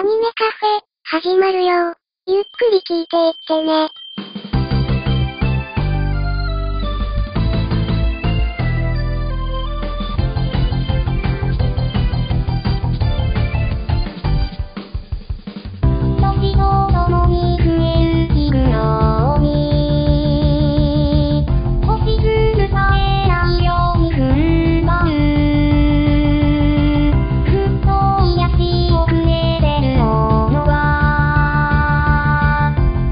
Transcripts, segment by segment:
ネカフェ、始まるよ。ゆっくり聞いていってね。時とともに増える日々のに星しずさえないように踏ん張るふっと癒し遅れてるものは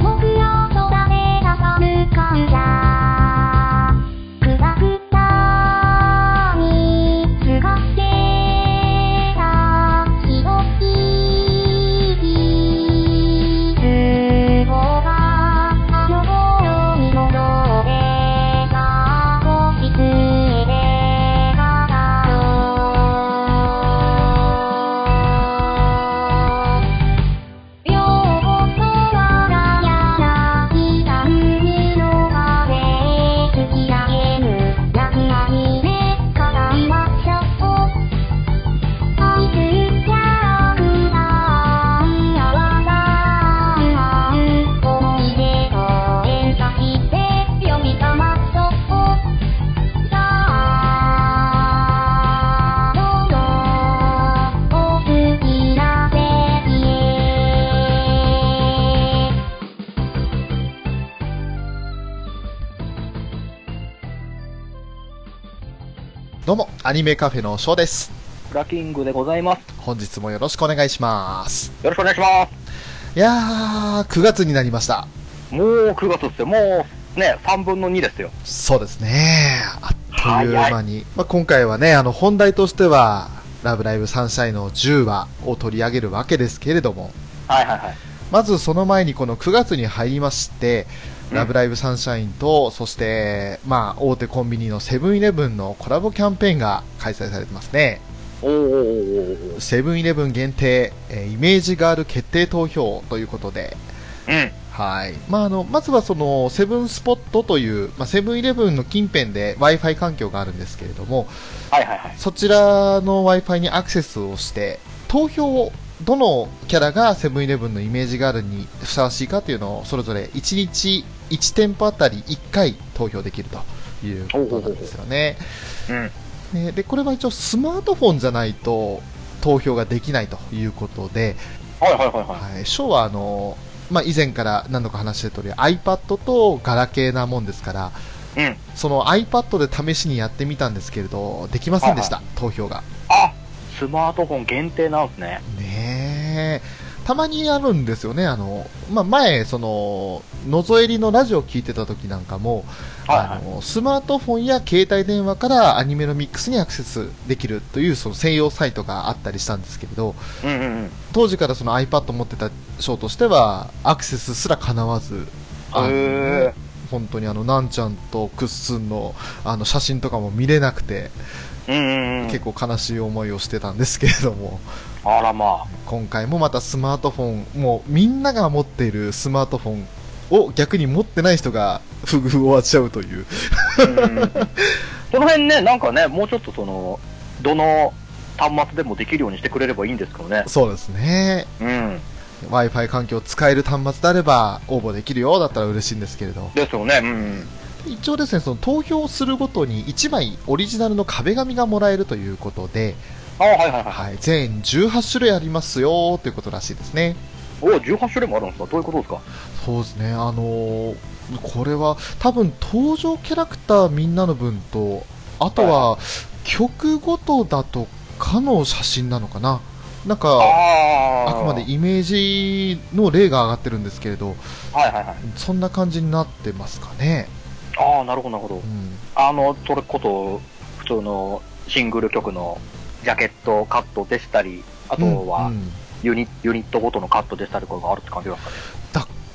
僕ら空で挟む感謝くたくたにすがってたひどい傷をがあの頃に戻ってた星つえで語ろう両言はがやらきた海の風突き上げる泣きなみで語りましょう愛するキャラクターやわらかな思い出と演歌して呼び覚まそうさあどうぞお好きな席へどうも、アニメカフェのショーです。ブラキングでございます。本日もよろしくお願いします。よろしくお願いします。いやー、9月になりました。もう9月ですよ。もうね、3分の2ですよ。そうですね。あっという間に。まあ、今回はね、あの、本題としては、ラブライブサンシャインの10話を取り上げるわけですけれども、はいはいはい。まずその前にこの9月に入りまして、うんラブライブサンシャインと、そして、まあ、大手コンビニのセブンイレブンのコラボキャンペーンが開催されてますね。おーおーおーおーセブンイレブン限定、えーイメージガール決定投票ということで、うん。はいまあ、あのまずはそのセブンスポットという、まあ、セブンイレブンの近辺で w i f i 環境があるんですけれどもはいはいはい。そちらの w i f i にアクセスをして投票をどのキャラがセブンイレブンのイメージガールにふさわしいかというのをそれぞれ1日1店舗あたり1回投票できるということなんですよね。うん。ねでこれは一応スマートフォンじゃないと投票ができないということで、はいはいはいははい、ショーはあの、まあ、以前から何度か話してる通り iPad とガラケーなもんですからい。うん。その iPad で試しにやってみたんですけれどできませんでした、投票があスマートフォン限定なんですね。ねえたまにあるんですよねあの、まあ、前そののぞえりのラジオを聞いてた時なんかも、はいはいあのスマートフォンや携帯電話からアニメのミックスにアクセスできるというその専用サイトがあったりしたんですけれどうんうんうん。当時からその iPad を持ってた賞としてはアクセスすらかなわずあのねへ本当にあのなんちゃんとくっすんのあの写真とかも見れなくて、うんうんうん。結構悲しい思いをしてたんですけれどもあらま今回もまたスマートフォンもうみんなが持っているスマートフォンを逆に持ってない人が不遇を味わうというあ。 うんうんうん。その辺ね、なんかね、もうちょっとその、どの端末でもできるようにしてくれればいいんですけどね。そうですねうん。 w i f i 環境を使える端末であれば応募できるようだったら嬉しいんですけれどですよね。うん。一応ですねその投票するごとに1枚オリジナルの壁紙がもらえるということで、あはいはいはいはい。はい、全18種類ありますよということらしいですねお18種類もあるんですかどういうことですかそうですねあのーこれは多分登場キャラクターみんなの分とあとは曲ごとだとかの写真なのかななんかああくまでイメージの例が上がってるんですけれどはいはいはい。そんな感じになってますかね、ああ、なるほど、なるほどう。ん、あの、それこそ、普通のシングル曲のジャケットカットでしたり、あとうはんうんユニ,、ユニットごとのカットでしたりとかがあるって感じなんですかね。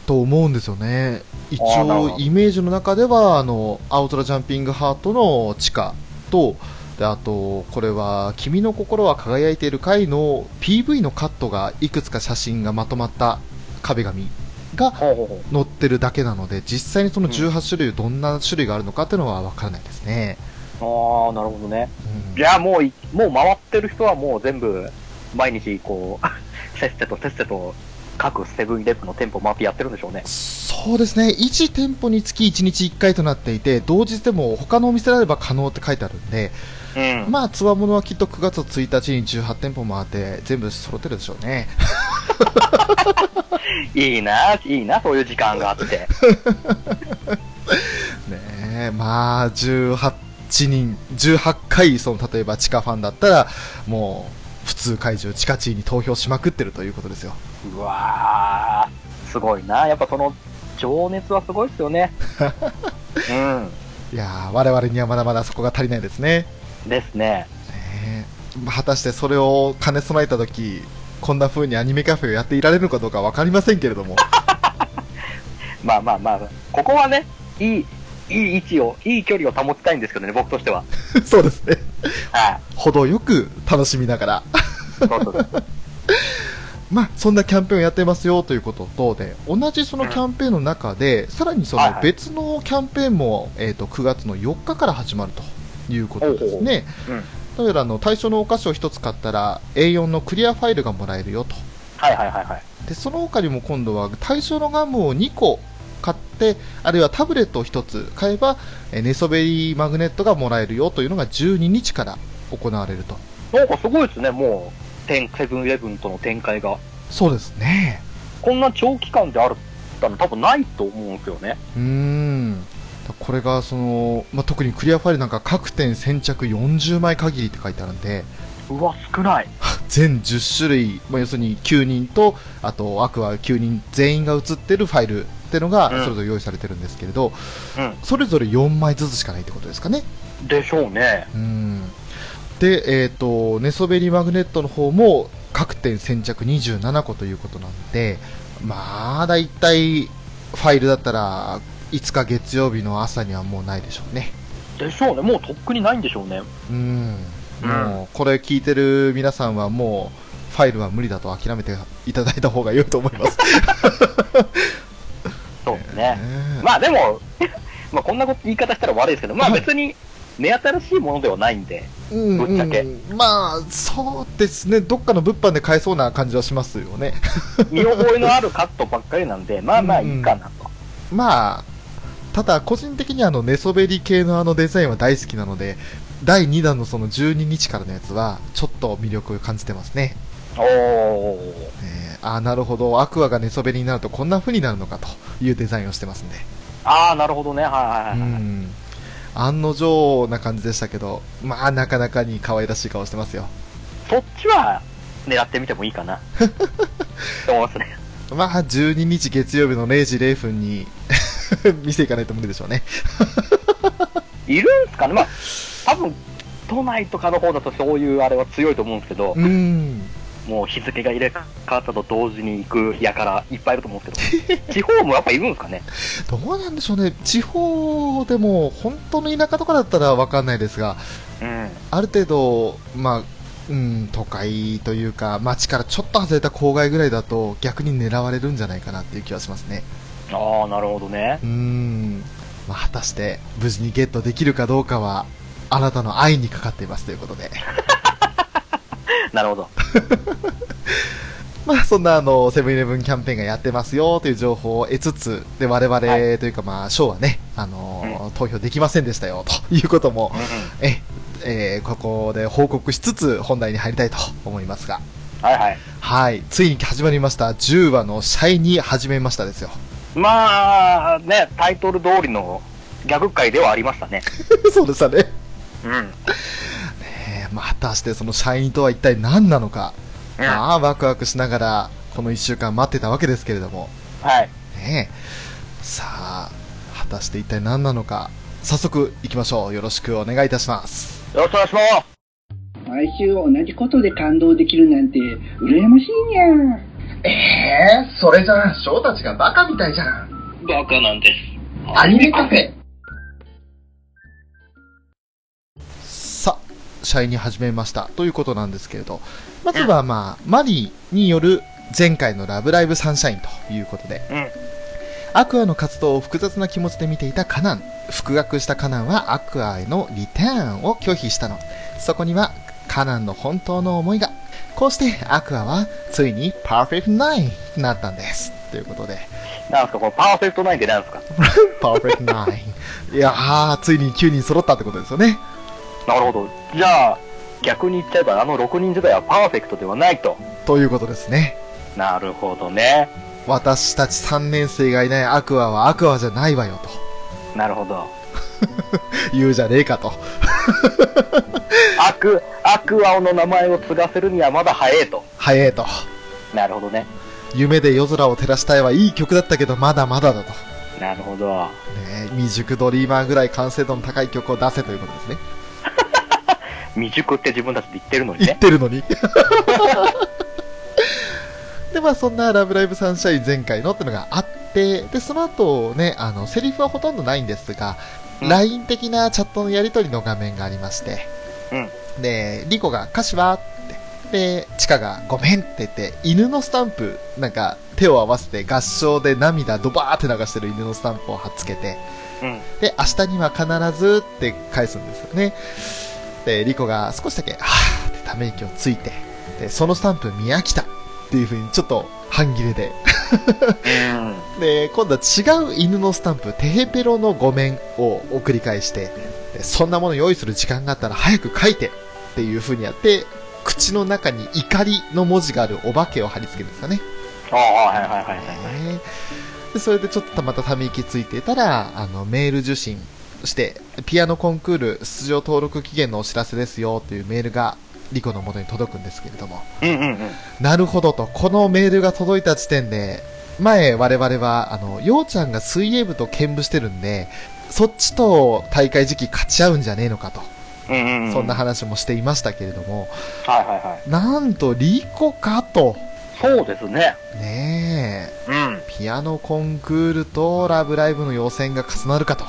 と思うんですよね一あーなるほ応どイメージの中ではあの青空ジャンピングハートの地下とであとこれは「君の心は輝いている回」の PV のカットがいくつか写真がまとまった壁紙がほうほうほう。載ってるだけなので実際にその18種類どんな種類があるのかっていうのは分からないですね、ああ、なるほどね。うんいや、もうい、もう回ってる人はもう全部、毎日こう、 せっせとせっせと各セブンイレブンの店舗回ってやってるんでしょうね。そうですね、1店舗につき1日1回となっていて、同日でも他のお店であれば可能って書いてあるんで、うん。まあ、つわものはきっと9月1日に18店舗回って、全部揃ってるでしょう ね。いいな、いいな、そういう時間があって。ねえ、まあ、18人、18回、その、例えば地下ファンだったら、もう、普通怪獣、地下地位に投票しまくってるということですよ。うわー、すごいな。やっぱその情熱はすごいですよね。うん。いやー、我々にはまだまだそこが足りないですね。ですね。ねえ果たしてそれを兼ね備えたとき、こんな風にアニメカフェをやっていられるのかどうかわかりませんけれども。まあまあまあ、ここはね、いい、いい位置を、いい距離を保ちたいんですけどね、僕としては。 そうですね。はい。程よく楽しみながら。そうそうそう。まあ、そんなキャンペーンをやってますよということとで、同じそのキャンペーンの中で、さらにそはいのはい別のキャンペーンも、えー、と9月の4日から始まるということですね。うん。例えばあの対象のお菓子を1つ買ったら A4 のクリアファイルがもらえるよと。はいはいはいはい。で、その他にも今度は対象のガムを2個買って、あるいはタブレットを1つ買えば、えー寝そべりマグネットがもらえるよというのが12日から行われると。なんかすごいですね、もう、テンセブンイレブンとの展開が。そうですね。こんな長期間であるったの多分ないと思うんですよね。うーんこれがその、まあ、特にクリアファイルなんか各店先着40枚限りって書いてあるんでうわ、少ない。全10種類、まあ、要するに9人とあとアクア9人全員が写ってるファイルってのがうんそれぞれ用意されてるんですけれど、うそれぞれ4枚ずつしかないってことですかねん。でしょうね。うーんで、えっと寝そべりマグネットの方も各店先着27個ということなんでまあだいたいファイルだったら5日月曜日の朝にはもうないでしょうねでしょうね。もうとっくにないんでしょうね。うん、うんもうこれ聞いてる皆さんはもうファイルは無理だと諦めていただいた方が良いと思います。そうですね。 ねまあでも、 まあこんなこと言い方したら悪いですけど、まあはい別に目新しいものではないんで。うんぶっちゃけうんまあそうですねどっかの物販で買えそうな感じはしますよね見覚えのあるカットばっか りなんで、まあまあいいかなと。まあただ個人的にあの寝そべり系のあのデザインは大好きなので第2弾のその12日からのやつはちょっと魅力を感じてますね、おー。えーああなるほどアクアが寝そべりになるとこんな風になるのかというデザインをしてますんでああ、なるほどね。はいはいはい。うん案の定な感じでしたけど、まあ、なかなかに可愛らしい顔してますよ。そっちは狙ってみてもいい かな。と思いますね。まあ、12日月曜日の0時0分に 店行かないと無理でしょうね。いるんすかねまあ、多分、都内とかの方だとそういうあれは強いと思うんですけど、うん。もう日付が入れ替わったと同時に行くやからいっぱいいると思うんですけど、地方もやっぱいるんで すかねどうなんでしょうね。地方でも、本当の田舎とかだったらわかんないですが、うん。ある程度、まあ、うん、都会というか、街からちょっと外れた郊外ぐらいだと、逆に狙われるんじゃないかなっていう気はしますね。ああ、なるほどね。うーん、まあ、果たして無事にゲットできるかどうかはあなたの愛にかかっていますということで、なるほど。まあ、そんなあのセブンイレブンキャンペーンがやってますよという情報を得つつで我々とはいうか、まあ、ショーはね、あのー投票できませんでしたよということもうんうん。え、えーここで報告しつつ本題に入りたいと思いますが。はいはい。はい。ついに始まりました。10話のシャイに始めましたですよ。 まあ、ね、タイトル通りの逆回ではありましたね。そうでしたね。うん。うん。えーまあ、果たしてそのシャイニーとは一体何なのか、はまあ、ワクワクしながら、この1週間待ってたわけですけれども、い。ねえ、さあ、果たして一体何なのか、早速行きましょう。よろしくお願いいたします。よろしくお願いします。毎週同じことで感動できるなんて羨ましいにゃええそれじゃあ、ショーたちがバカみたいじゃん。バカなんです。アニメカフェ。さあ、シャイニー始めました。ということなんですけれど、まずはまあ、マリーによる前回のラブライブサンシャインということで、うん。アクアの活動を複雑な気持ちで見ていたカナン。復学したカナンはアクアへのリターンを拒否したの。そこには、カナンの本当の思いが。こうして、アクアは、ついに、パーフェクトナインになったん です。ということで、なんすか、このパーフェクトナインってなんすかパーフェクトナイン。いやー、ついに9人揃ったってことですよね。なるほど。じゃあ、逆に言っちゃえば、あの6人世代はパーフェクトではないと。ということですね。なるほどね。私たち3年生がいないアクアはアクアじゃないわよと。なるほど。言うじゃねえかと。アク、アクアオの名前を継がせるにはまだ早えと。早えと。なるほどね。夢で夜空を照らしたいはいい曲だったけど、まだまだだと。なるほど。ねえ未熟ドリーマーぐらい完成度の高い曲を出せということですね。未熟って自分たちで言ってるのに言っね。てるのに。で、まあそんなラブライブサンシャイン前回のってのがあって、で、その後ね、あの、セリフはほとんどないんですが、うん LINE 的なチャットのやり取りの画面がありまして、で、リコが歌詞はって、で、チカがごめんって言って、犬のスタンプ、なんか手を合わせて合唱で涙ドバーって流してる犬のスタンプを貼っつけて、うん。で、明日には必ずって返すんですよね。で、リコが少しだけ、はぁってため息をついて、で、そのスタンプ見飽きたっていう風にちょっと半切れで。うん。うん。で、今度は違う犬のスタンプ、テヘペロのごめんを送り返して、でそんなもの用意する時間があったら早く書いてっていう風にやって、口の中に怒りの文字があるお化けを貼り付けるんですかね。ああ、はいはいはいはい。ねでそれでちょっとまたため息ついてたらあのメール受信してピアノコンクール出場登録期限のお知らせですよというメールがリコの元に届くんですけれどもうんうんうん。なるほどとこのメールが届いた時点で前我々はあのようちゃんが水泳部と兼務してるんでそっちと大会時期勝ち合うんじゃねえのかと、うんうんうん。そんなはい話もしていましたけれどもはいはい。なんとリコかとそうですね。ねえうん。ピアノコンクールとラブライブの予選が重なるかと。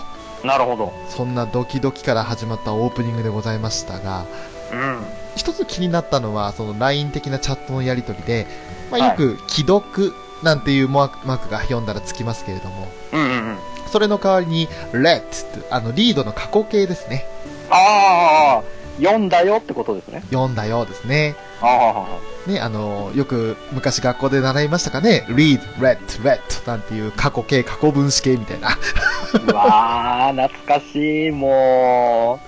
なるほど。そんなドキドキから始まったオープニングでございましたが、うん。一つ気になったのは、その LINE 的なチャットのやりとりで、まはあ、いよく、既読なんていうマークマークが読んだらつきますけれども、うんうんうん。それの代わりに、let って、あの、リードの過去形ですね。ああ、読んだよってことですね。読んだようですね。ああ、ね、あの、よく昔学校で習いましたかね、read, read, read なんていう過去形、過去分詞形みたいな。 うわあ、懐かしい。も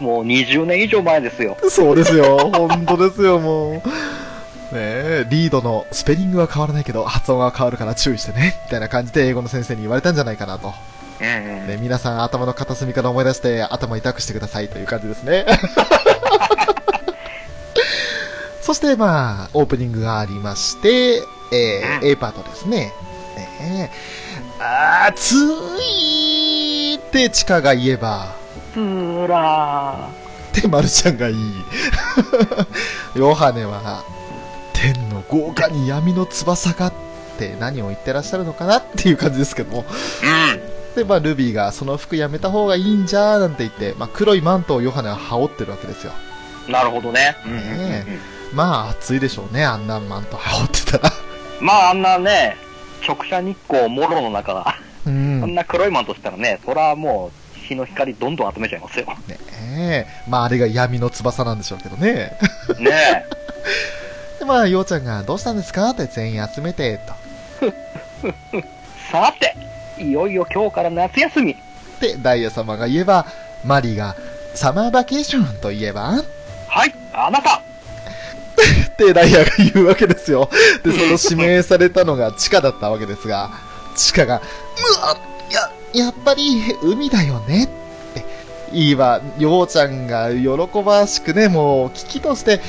う、もう20年以上前ですよ。そうですよ、本当ですよ、もう。ねえ、リードのスペリングは変わらないけど、発音は変わるから注意してね、みたいな感じで英語の先生に言われたんじゃないかなと。うんうん。ね、皆さん頭の片隅から思い出して、頭痛くしてくださいという感じです ね。そして、まあ、オープニングがありまして、えー A パートですね。ねえ、暑いってチカが言えば、つーらってマルちゃんがい いヨハネは天の豪華に闇の翼がって何を言ってらっしゃるのかなっていう感じですけどもー。で、まあ、ルビーがその服やめた方がいいんじゃーなんて言って、まあ、黒いマントをヨハネは羽織ってるわけですようん。なるほどね。うんうんうんねまあ暑いでしょうねあんなマント羽織ってたら まあ、あんなね、直射日光もろの中だ。うあんんねな黒いマントしたらね、そらもう、日の光どんどん集めちゃいます よ。えまああれが闇の翼なんでしょうけどね ねでまあようちゃんがどうしたんですかって全員集めてとえ。さて、いよいよ今日から夏休み。でダイヤ様が言えばマリーがサマーバケーションといえばはい、あなたってダイヤが言うわけですよ。で、その指名されたのが地下だったわけですが、地下が、うわや、やっぱり海だよねって。いいわ、ようちゃんが喜ばしくね、もう危機として、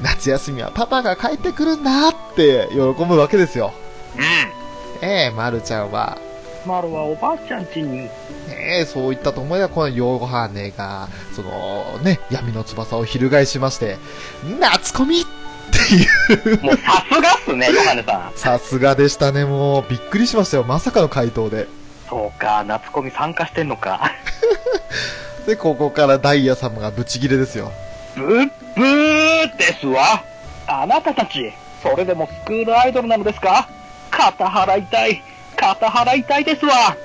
夏休みはパパが帰ってくるんだって喜ぶわけですよ。うん。ええまるちゃんは、マロはおばあちゃん家に。ねえ、そういったと思いは、このヨーハネが、そのね、闇の翼を翻しまして、夏コミっていう、もうさすがっすね、ヨハネさん。さすがでしたね、もう、びっくりしましたよ、まさかの回答で。そうか、夏コミ参加してんのか。で、ここからダイヤ様がブチギレですよ。ブッブーですわ。あなたたち、それでもスクールアイドルなのですか肩払いたい。肩払いたいですわ。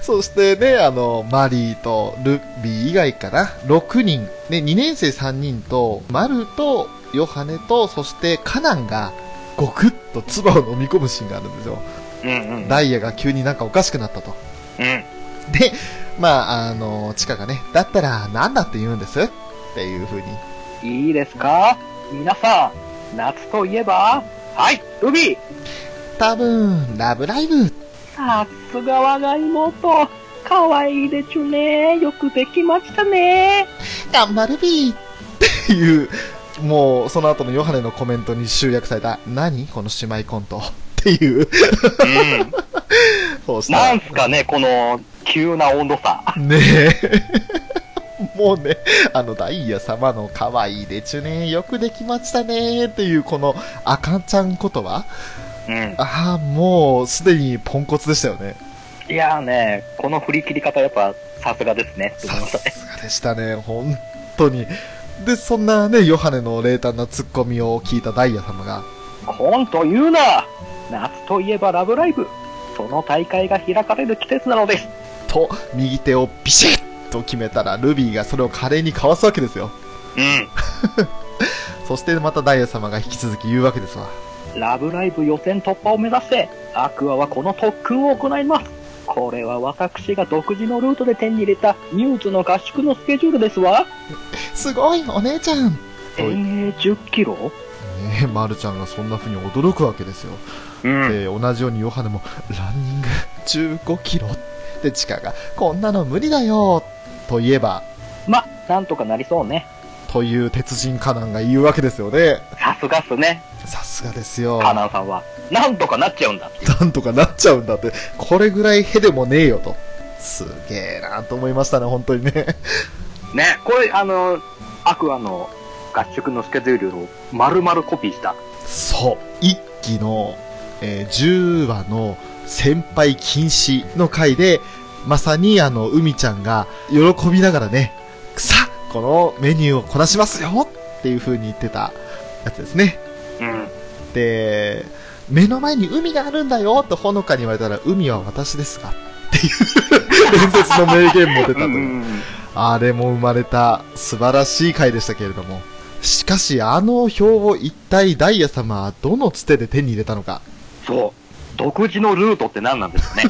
そしてね、あの、マリーとルビー以外かな、6人、ね、2年生3人と、マルとヨハネと、そしてカナンが、ゴクッと唾を飲み込むシーンがあるんですよ。うんうん。ダイヤが急になんかおかしくなったと。うん。で、まあ、あの、チカがね、だったらなんだって言うんですっていう風に。いいですか皆さん、夏といえば、はい、海多分、ラブライブさすが我が妹、可愛いでちゅね。よくできましたね。頑張るビーっていう、もう、その後のヨハネのコメントに集約された、何この姉妹コントっていう、うん。こうしたなんすかね、この、急な温度差。ねえ。 もうね、あの、ダイヤ様の可愛いでちゅね、よくできましたねっていう、この、赤ちゃん言葉うん。ああ、もう、すでにポンコツでしたよね。いやーね、この振り切り方やっぱ、さすがですね。さすがでしたね、本当に。で、そんなね、ヨハネの冷淡なツッコミを聞いたダイヤ様が、コント言うな夏といえばラブライブその大会が開かれる季節なのですと、右手をビシッと決めたら、ルビーがそれを華麗にかわすわけですよ。うそしてまたダイヤ様が引き続き言うわけですわ。んラブライブ予選突破を目指してアクアはこの特訓を行いますこれは私が独自のルートで手に入れたニューズの合宿のスケジュールですわすごい、お姉ちゃんねはい遠泳10キロえ、まるちゃんがそんな風に驚くわけですよ。うんで、同じようにヨハネも、ランニング15キロで、チカが、こんなの無理だよと言えば、まなんとかなりそうねという鉄人カナンが言うわけですよね。さすがっすねさすがですよ。カナンさんはなんとかなっちゃうんだなんとかなっちゃうんだって、これぐらいへでもねえよと。すげえなと思いましたね、本当にね。ね これあのアクアの合宿のスケジュールを丸々コピーしたそう、一期の、えー10話の先輩禁止の回で、まさにあの、海ちゃんが喜びながらね、さあ、このメニューをこなしますよっていう風に言ってたやつですね。うんで、目の前に海があるんだよとほのかに言われたら、海は私ですがっていう 伝説の名言も出たという。あれも生まれた素晴らしい回でしたけれども。しかし、あの表を一体ダイヤ様はどのつてで手に入れたのか。そう。独自のルートって何なん ですかね。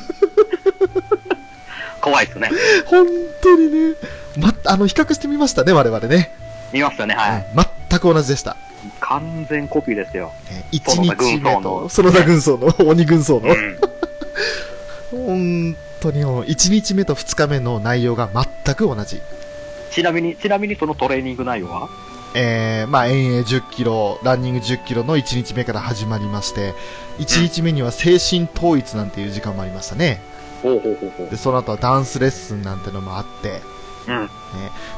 怖いですね。本当にね、ま、あの、比較してみましたね、我々ね。見ますよね、はい。うん全く同じでした。完全コピーですよ。ねそ一の他日目軍曹のと、その他軍曹の、鬼軍曹うの。ん。本当にもう、一日目と二日目の内容が全く同じ。ちなみに、ちなみにそのトレーニング内容はえー、まあ、遠泳10キロ、ランニング10キロの1日目から始まりまして、1日目には精神統一なんていう時間もありましたね。ほうほうほうほうで、。その後はダンスレッスンなんてのもあって、うん。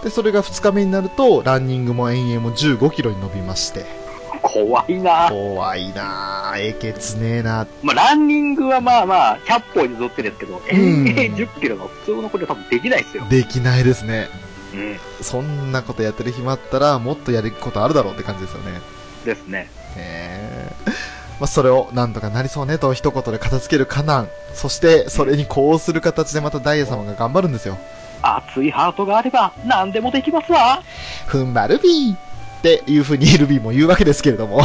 で、それが2日目になると、ランニングも遠泳も15キロに伸びまして、怖いな怖いなぁ、えけつねえなまあ、ランニングはまあまあ、100歩譲ってですけど、ん遠泳10キロの普通のことは多分できないですよ。できないですね。うん。そんなことやってる暇あったら、もっとやることあるだろうって感じですよね。ですね。えーまあ、それをなんとかなりそうねと一言で片付けるカナン。そして、それに呼応する形でまたダイヤ様が頑張るんですよ。熱いハートがあれば、何でもできますわ。踏ん張るビーっていう風にルビーも言うわけですけれども。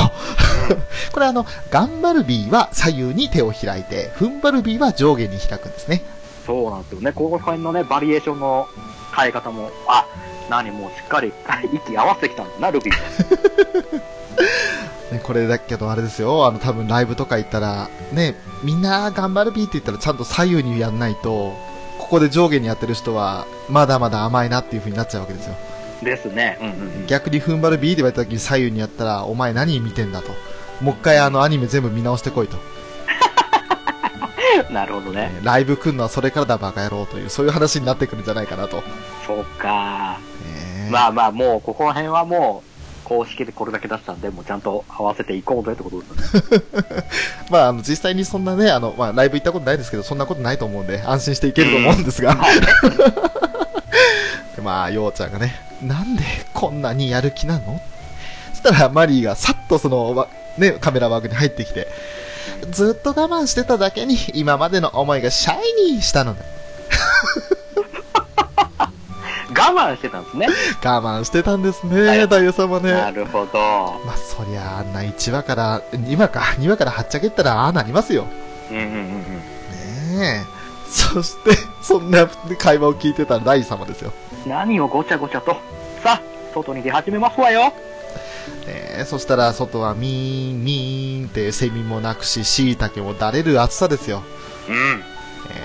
これあの、頑張るビーは左右に手を開いて、踏ん張るビーは上下に開くんですね。そうなんですよね。この辺のね、バリエーションの変え方も、あ、何もうしっかり 息合わせてきたんだな、ルビーと。ねこれだけどあれですよ、あの多分ライブとか行ったら、ね、みんな頑張るビーって言ったらちゃんと左右にやんないと、ここで上下にやってる人は、まだまだ甘いなっていう風になっちゃうわけですよ。ですね。うんうんうん。逆に踏ん張るビーって言われた時に左右にやったら、お前何見てんだと。もう一回あのアニメ全部見直してこいと。 なるほどね。えーライブ来んのはそれからだバカ野郎という、そういう話になってくるんじゃないかなと。そうか。ねえまあまあ、もう、ここら辺はもう、公式でこれだけ出したんで、もうちゃんと合わせていこうぜってことですね。 まあ、あの、実際にそんなね、あの、まあ、ライブ行ったことないですけど、そんなことないと思うんで、安心していけると思うんですが。でまあ、ようちゃんがね、なんでこんなにやる気なのそしたら、マリーがさっとその、わね、カメラワークに入ってきて、ずっと我慢してただけに、今までの思いがシャイニーしたのだ。我慢してたんですね。我慢してたんですね、太夫様なね。るほど。まあ、そりゃあ、あんな1話から、2話か、2話からはっちゃけったら、ああなりますよ。うんうんうんうん。ねえ。そして、そんな会話を聞いてた大様ですよ。何をごちゃごちゃと。さあ、外に出始めますわよ。ねえそしたら、外はミーン、ミーンってセミもなくし、シイタケもだれる暑さですよ。うん。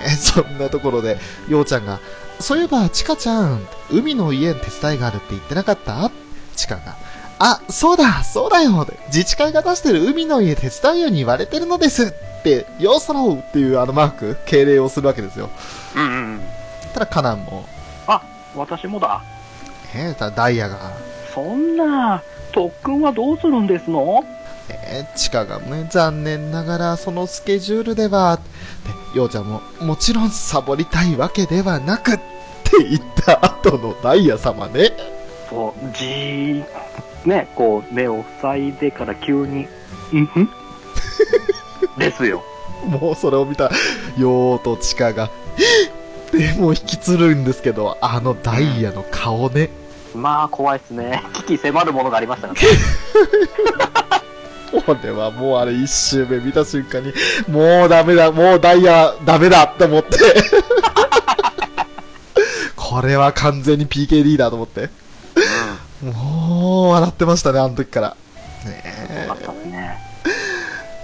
えー そんなところで、ようちゃんが、そういえば、ちかちゃん、海の家に手伝いがあるって言ってなかったちかが、あ、そうだ、そうだよ自治会が出してる海の家手伝うように言われてるのですって、ようそろうっていうあのマーク、敬礼をするわけですよ。うんうんうん。ただ、カナンも、あ、私もだ。えーただダイヤが、そんな、特訓はどうするんですのえー、チカがね、残念ながらそのスケジュールでは、で、ようちゃんも、もちろんサボりたいわけではなくって言った後のダイヤ様ね。そう、じー。ね、こう、目を塞いでから急に、うんふ んですよ。もうそれを見た、ようとチカが、でもう引きつるんですけど、あのダイヤの顔ね、まあ、怖いっすね。危機迫るものがありましたからね。俺はもうあれ一周目見た瞬間に、もうダメだ、もうダイヤダメだって思って。 これは完全に PKD だと思って。もう笑ってましたね、あの時から。ねうん。えよかったですね。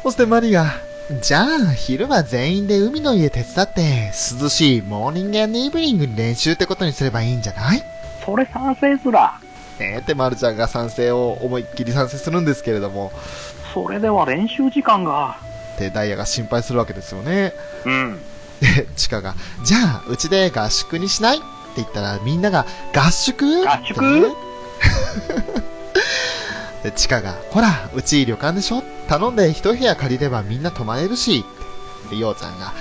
そしてマリが、じゃあ昼は全員で海の家手伝って、涼しいモーニングイブニングに練習ってことにすればいいんじゃないそれ賛成すら。ねえって丸ちゃんが賛成を思いっきり賛成するんですけれども、それでは練習時間が。ってダイヤが心配するわけですよね。うん。で、チカが、じゃあうちで合宿にしないって言ったらみんなが、合宿合宿ってね で、チカが、ほら、うち旅館でしょ頼んで一部屋借りればみんな泊まれるし。で、ようちゃんが、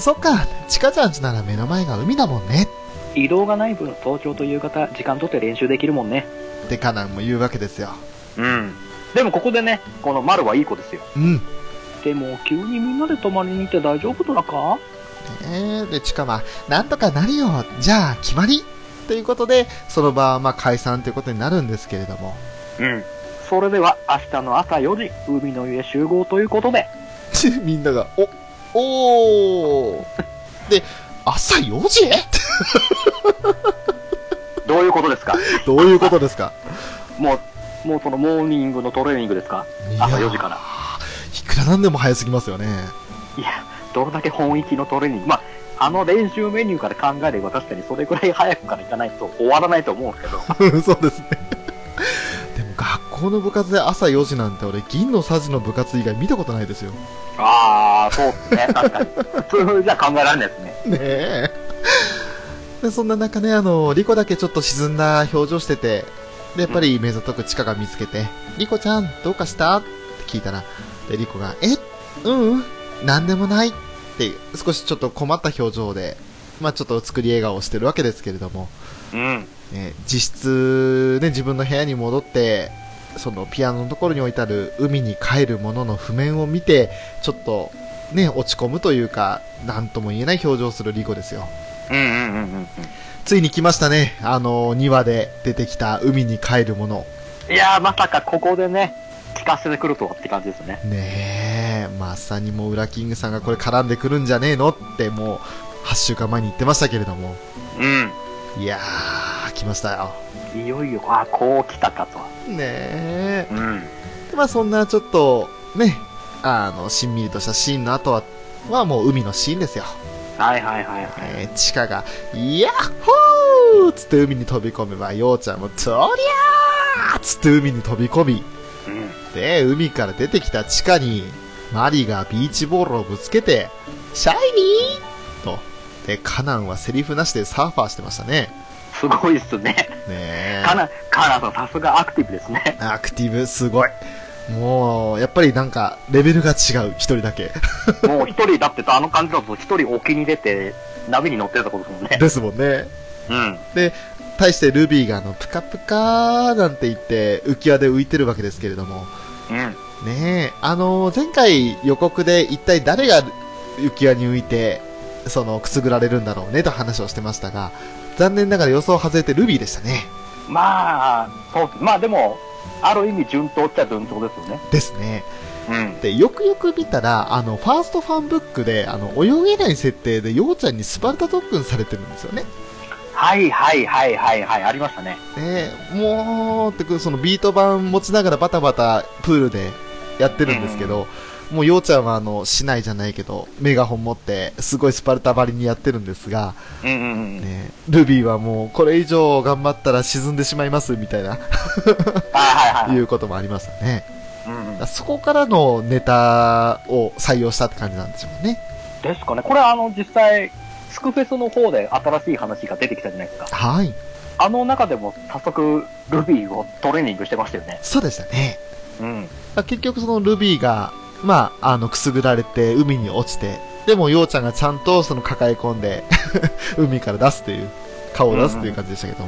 そっか、チカちゃんちなら目の前が海だもんね。移動がない分、早朝と夕方、時間取って練習できるもんね。ってカナンも言うわけですよ。うん。でもここでね、この丸はいい子ですよ。うん。でも、急にみんなで泊まりに行って大丈夫とらかえー、で、チカは、なんとかなるよ。じゃあ、決まりということで、その場はまあ解散ということになるんですけれども。 うん。それでは、明日の朝4時、海の家集合ということで。みんなが、お、おーで、朝4時どういうことですかどういうことですかもう、もうそのモーニングのトレーニングですか朝4時からいやーいくらなんでも早すぎますよね。 いや、どれだけ本域のトレーニング。まあ、あの練習メニューから考えれば確かにそれぐらい早くから行かないと終わらないと思うんですけど。そうですね。でも学校の部活で朝4時なんて俺、銀のサジの部活以外見たことないですよ。ああ、そうっすね。 確かに。普通じゃ考えられないですね。ねえ。で、そんな中ね、あの、リコだけちょっと沈んだ表情してて、で、やっぱり目ざとくチカが見つけて、リコちゃん、どうかしたって聞いたら、で、リコが、えううん、なんでもないって、少しちょっと困った表情で、まあちょっと作り笑顔をしてるわけですけれども、うん。ね、実質、ね、自分の部屋に戻って、そのピアノのところに置いてある海に帰るものの譜面を見て、ちょっと、ね、落ち込むというか、なんとも言えない表情をするリコですよ。うんうんうんうんついに来ましたね。あの、2話で出てきた海に帰るもの。うん。いやー、まさかここでね、聞かせてくるとはって感じですね。ねえ、まさにもう裏キングさんがこれ絡んでくるんじゃねえのってもう8週間前に言ってましたけれども。ういやー、来ましたよ。ん。いよいよ、あこう来たかと。ねうん。え。まあそんなちょっと、ね、あの、しんみりとしたシーンの後は、はもう海のシーンですよ。はいはいはいはい。えー、チカが、ヤッホーつって海に飛び込めば、ようちゃんも、とりゃーつって海に飛び込み、うん。で、海から出てきた地下に、マリがビーチボールをぶつけて、シャイニーと。で、カナンはセリフなしでサーファーしてましたね。すごいっすね。ねカナ、カナさんさすがアクティブです ね。え。アクティブ、すごい。もう、やっぱりなんか、レベルが違う、一人だけ。もう一人、だってあの感じだと一人沖に出て、波に乗ってたことですもんね。ですもんね。うん。で、対してルビーが、あの、プカプカーなんて言って、浮き輪で浮いてるわけですけれども。うん。ねえ、あの前回予告で一体誰が浮き輪に浮いて、その、くすぐられるんだろうねと話をしてましたが、残念ながら予想外れてルビーでしたね。まあ、そうまあでも、ある意味順当っちゃ順当ですよね。ですね。うん。で、よくよく見たら、あの、ファーストファンブックで、あの、泳げない設定で、ようちゃんにスパルタ特訓されてるんですよね。はいはいはいはいはい、ありましたね。ねえもう、ってく、そのビート板持ちながらバタバタプールでやってるんですけど、もう、ようちゃんは、あの、市内じゃないけど、メガホン持って、すごいスパルタばりにやってるんですが、うんうんうん。ねえルビーはもう、これ以上頑張ったら沈んでしまいます、みたいな、はいはいいはい。うこともありましたね。うんうだんからそこからのネタを採用したって感じなんでしょうね。ですかね。これあの、実際、スクフェスの方で新しい話が出てきたじゃないですか。はい。あの中でも早速、ルビーをトレーニングしてましたよね。そうでしたね。うん。まあ結局そのルビーが、まあ、あの、くすぐられて海に落ちて、でも、ようちゃんがちゃんとその抱え込んで、 海から出すという、顔を出すという感じでしたけど、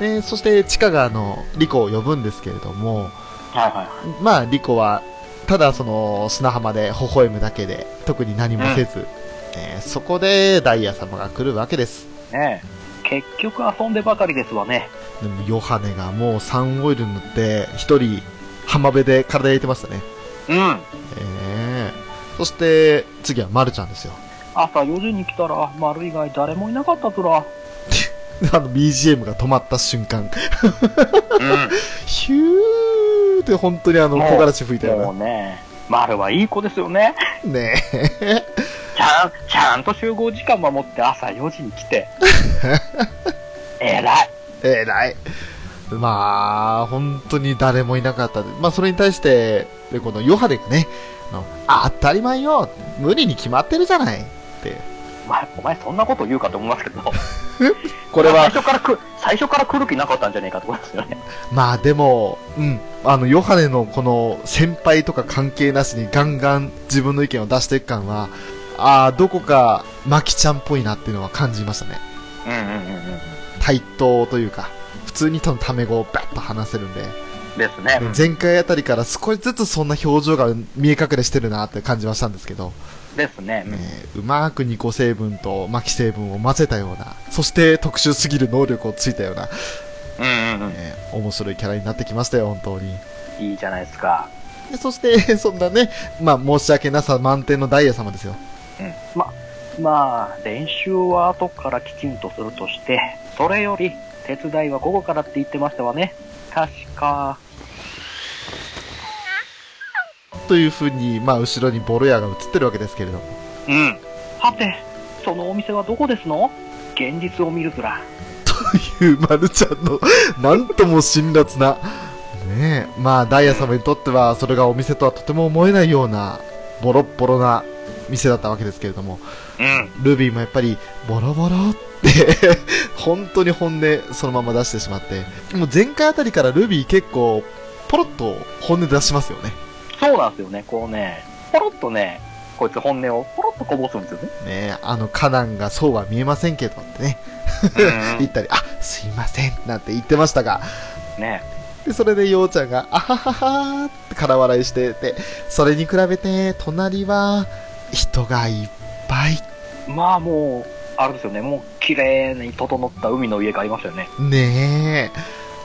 でそして、チカがあの、リコを呼ぶんですけれども、はいはいはまあ、リコは、ただその、砂浜で微笑むだけで、特に何もせず、えーそこでダイヤ様が来るわけです。い。ねえ結局遊んでばかりですわね。でも、ヨハネがもうサンオイル塗って、一人、浜辺で体入れてましたね。うん。えー、そして、次はマルちゃんですよ。 朝4時に来たら、丸以外誰もいなかったずら。あの、BGM が止まった瞬間、うヒューって本当にあの、もう木枯らし吹いたもようね、丸はいい子ですよね。うな。ねえ。 ちゃん、ちゃんと集合時間守って朝4時に来 て。えらい。えらい。まあ、本当に誰もいなかったで。まあ、それに対して、でこのヨハネがね、あのあ、当たり前よ無理に決まってるじゃないって。お前、お前そんなこと言うかと思いますけ ど。これは、最初からく、最初から来る気なかったんじゃねえかと思いますよね。まあでも、うん、あの、ヨハネのこの先輩とか関係なしにガンガン自分の意見を出していく感は、ああ、どこか、マキちゃんっぽいなっていうのは感じましたね。うんうんうんうん。対等というか、普通に多分タメ語をバッと話せるんで、ですね。前回あたりから少しずつそんな表情が見え隠れしてるなって感じはしたんですけど、ですね。えーうまくニコ成分とマキ成分を混ぜたような、そして特殊すぎる能力をついたような、うんうんうん。えー面白いキャラになってきましたよ、本当に。いいじゃないですか。でそして、 そんなね、まあ、申し訳なさ満点のダイヤ様ですよ。うん。ま、まあ、練習は後からきちんとするとして、それより、手伝いは午後からって言ってましたわね。確か。というふうに、まあ、後ろにボロ屋が映ってるわけですけれども。うん。はて、そのお店はどこですの現実を見るずら。という、まるちゃんの、 なんとも辛辣な。ねえ、まあ、ダイヤ様にとっては、それがお店とはとても思えないような、ボロッボロな店だったわけですけれども、うん。ルビーもやっぱり、ボロボロって、 本当に本音そのまま出してしまって、もう前回あたりからルビー結構、ポロッと本音出しますよね。そうなんですよね。こうね、ポロッとね、こいつ本音をポロッとこぼすんですよね。ねえ、あの、カナンがそうは見えませんけどってね、 言ったり、あ、すいません、なんて言ってましたが、ねで、それでようちゃんが、あはははーって空笑いしてて、それに比べて、隣は、人がいっぱい。まあもう、あれですよね。もう綺麗に整った海の家がありましたよね。ねえ。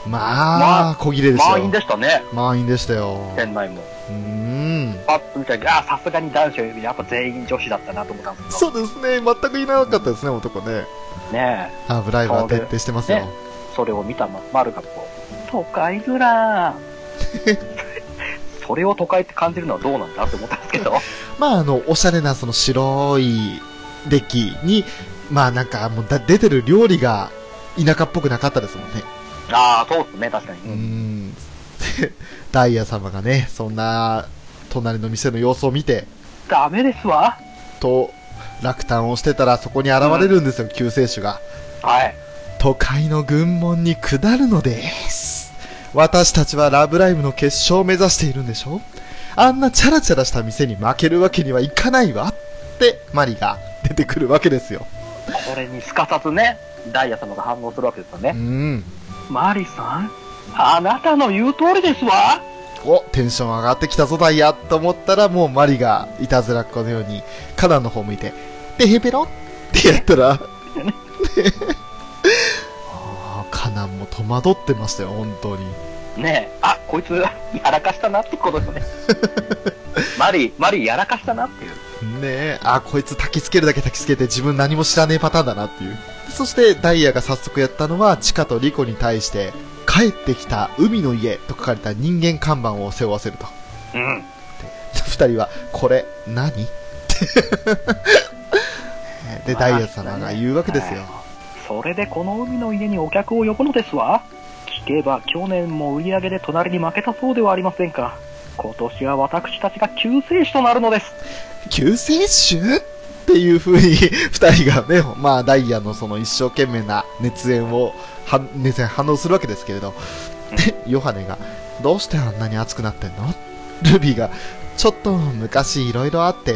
ままあ、小切れですよ。満員でしたね。満員でしたよ。店内も。うーん。パッと見たら、ああ、さすがに男子よりやっぱ全員女子だったなと思ったんですけど。そうですね。全くいなかったですね、男ね。ねあ、ブライバー徹底してますよ。ねえ。それを見たま、マルがこう、都会ずらー。 それを都会って感じるのはどうなんだって思ったんですけど。まあ、あの、おしゃれなその白いデッキに、まあなんかもうだ出てる料理が田舎っぽくなかったですもんね。 ああ、そうですね、確かに。うーん。ダイヤ様がね、そんな、隣の店の様子を見て、ダメですわ。と、落胆をしてたらそこに現れるんですよ、救世主が。はい。都会の軍門に下るのです。私たちはラブライブの決勝を目指しているんでしょあんなチャラチャラした店に負けるわけにはいかないわって、マリが出てくるわけですよ。これにすかさずね、ダイヤ様が反応するわけですようね。ん。マリさん、あなたの言う通りですわ。お、テンション上がってきたぞダイヤと思ったら、もうマリがいたずらっ子のように、カナンの方向いて、でへぺろってやったら、ナンも戸惑ってましたよ、本当に。ねえ、あ、こいつ、やらかしたなってこ とよね。マリー、マリーやらかしたなっていう。ねえ、あ、こいつ焚きつけるだけ焚きつけて自分何も知らねえパターンだなっていう。そしてダイヤが早速やったのは、チカとリコに対して、帰ってきた海の家と書かれた人間看板を背負わせると。うん。 二人は、これ、何 って。で、ダイヤ様が言うわけですよ。それでこの海の家にお客を呼ぶのですわ。聞けば去年も売り上げで隣に負けたそうではありませんか。今年は私たちが救世主となるのです。救世主っていう風に二人がね、まあダイヤのその一生懸命な熱演を、は熱演反応するわけですけれど、で、ヨハネが、どうしてあんなに熱くなってんのルビーが、ちょっと昔いろいろあって、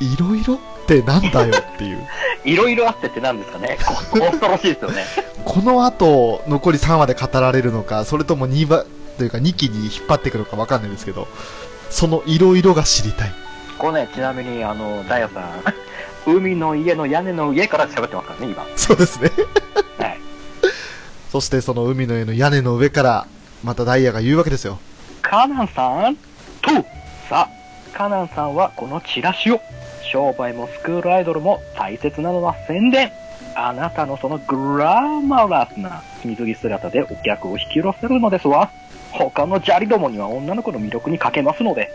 いろいろってなんだよっていう。いろいろあってって何ですかね。こ恐ろしいですよね。この後、残り3話で語られるのか、それとも2話、というか2期に引っ張っていくのかわかんないですけど、そのいろいろが知りたい。 これね、ちなみに、あの、ダイヤさん、海の家の屋根の上から喋ってますからね、今。そうですね。はい。そしてその海の家の屋根の上から、またダイヤが言うわけですよ。カナンさんとさあ、カナンさんはこのチラシを。商売もスクールアイドルも大切なのは宣伝。あなたのそのグラマラスな水着姿でお客を引き寄せるのですわ。他の砂利どもには女の子の魅力に欠けますので。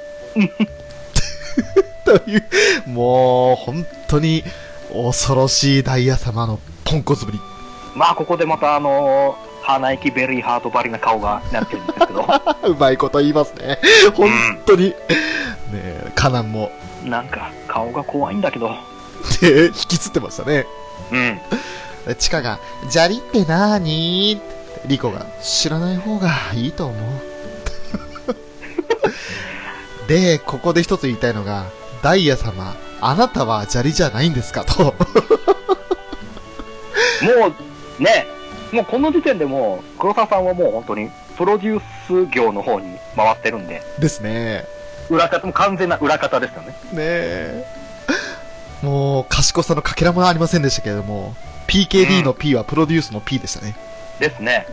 という、もう、本当に、恐ろしいダイヤ様のポンコツぶり。 まあ、ここでまたあのー鼻息ベリーハートばりな顔がなってるんですけ ど。うまいこと言いますね。本当に。ねえ、カナンも、なんか、顔が怖いんだけど。で、引きつってましたね。うん。でチカが、砂利ってなーにリコが、知らない方がいいと思う。で、ここで一つ言いたいのが、ダイヤ様、あなたは砂利じゃないんですかと。もうね、もうこの時点でもう、黒沢さんはもう本当に、プロデュース業の方に回ってるんで、ですね。裏方も完全な裏方ですよね。ねえ。もう、賢さのかけらもありませんでしたけれども、PKD の P はプロデュースの P でしたね。ですね。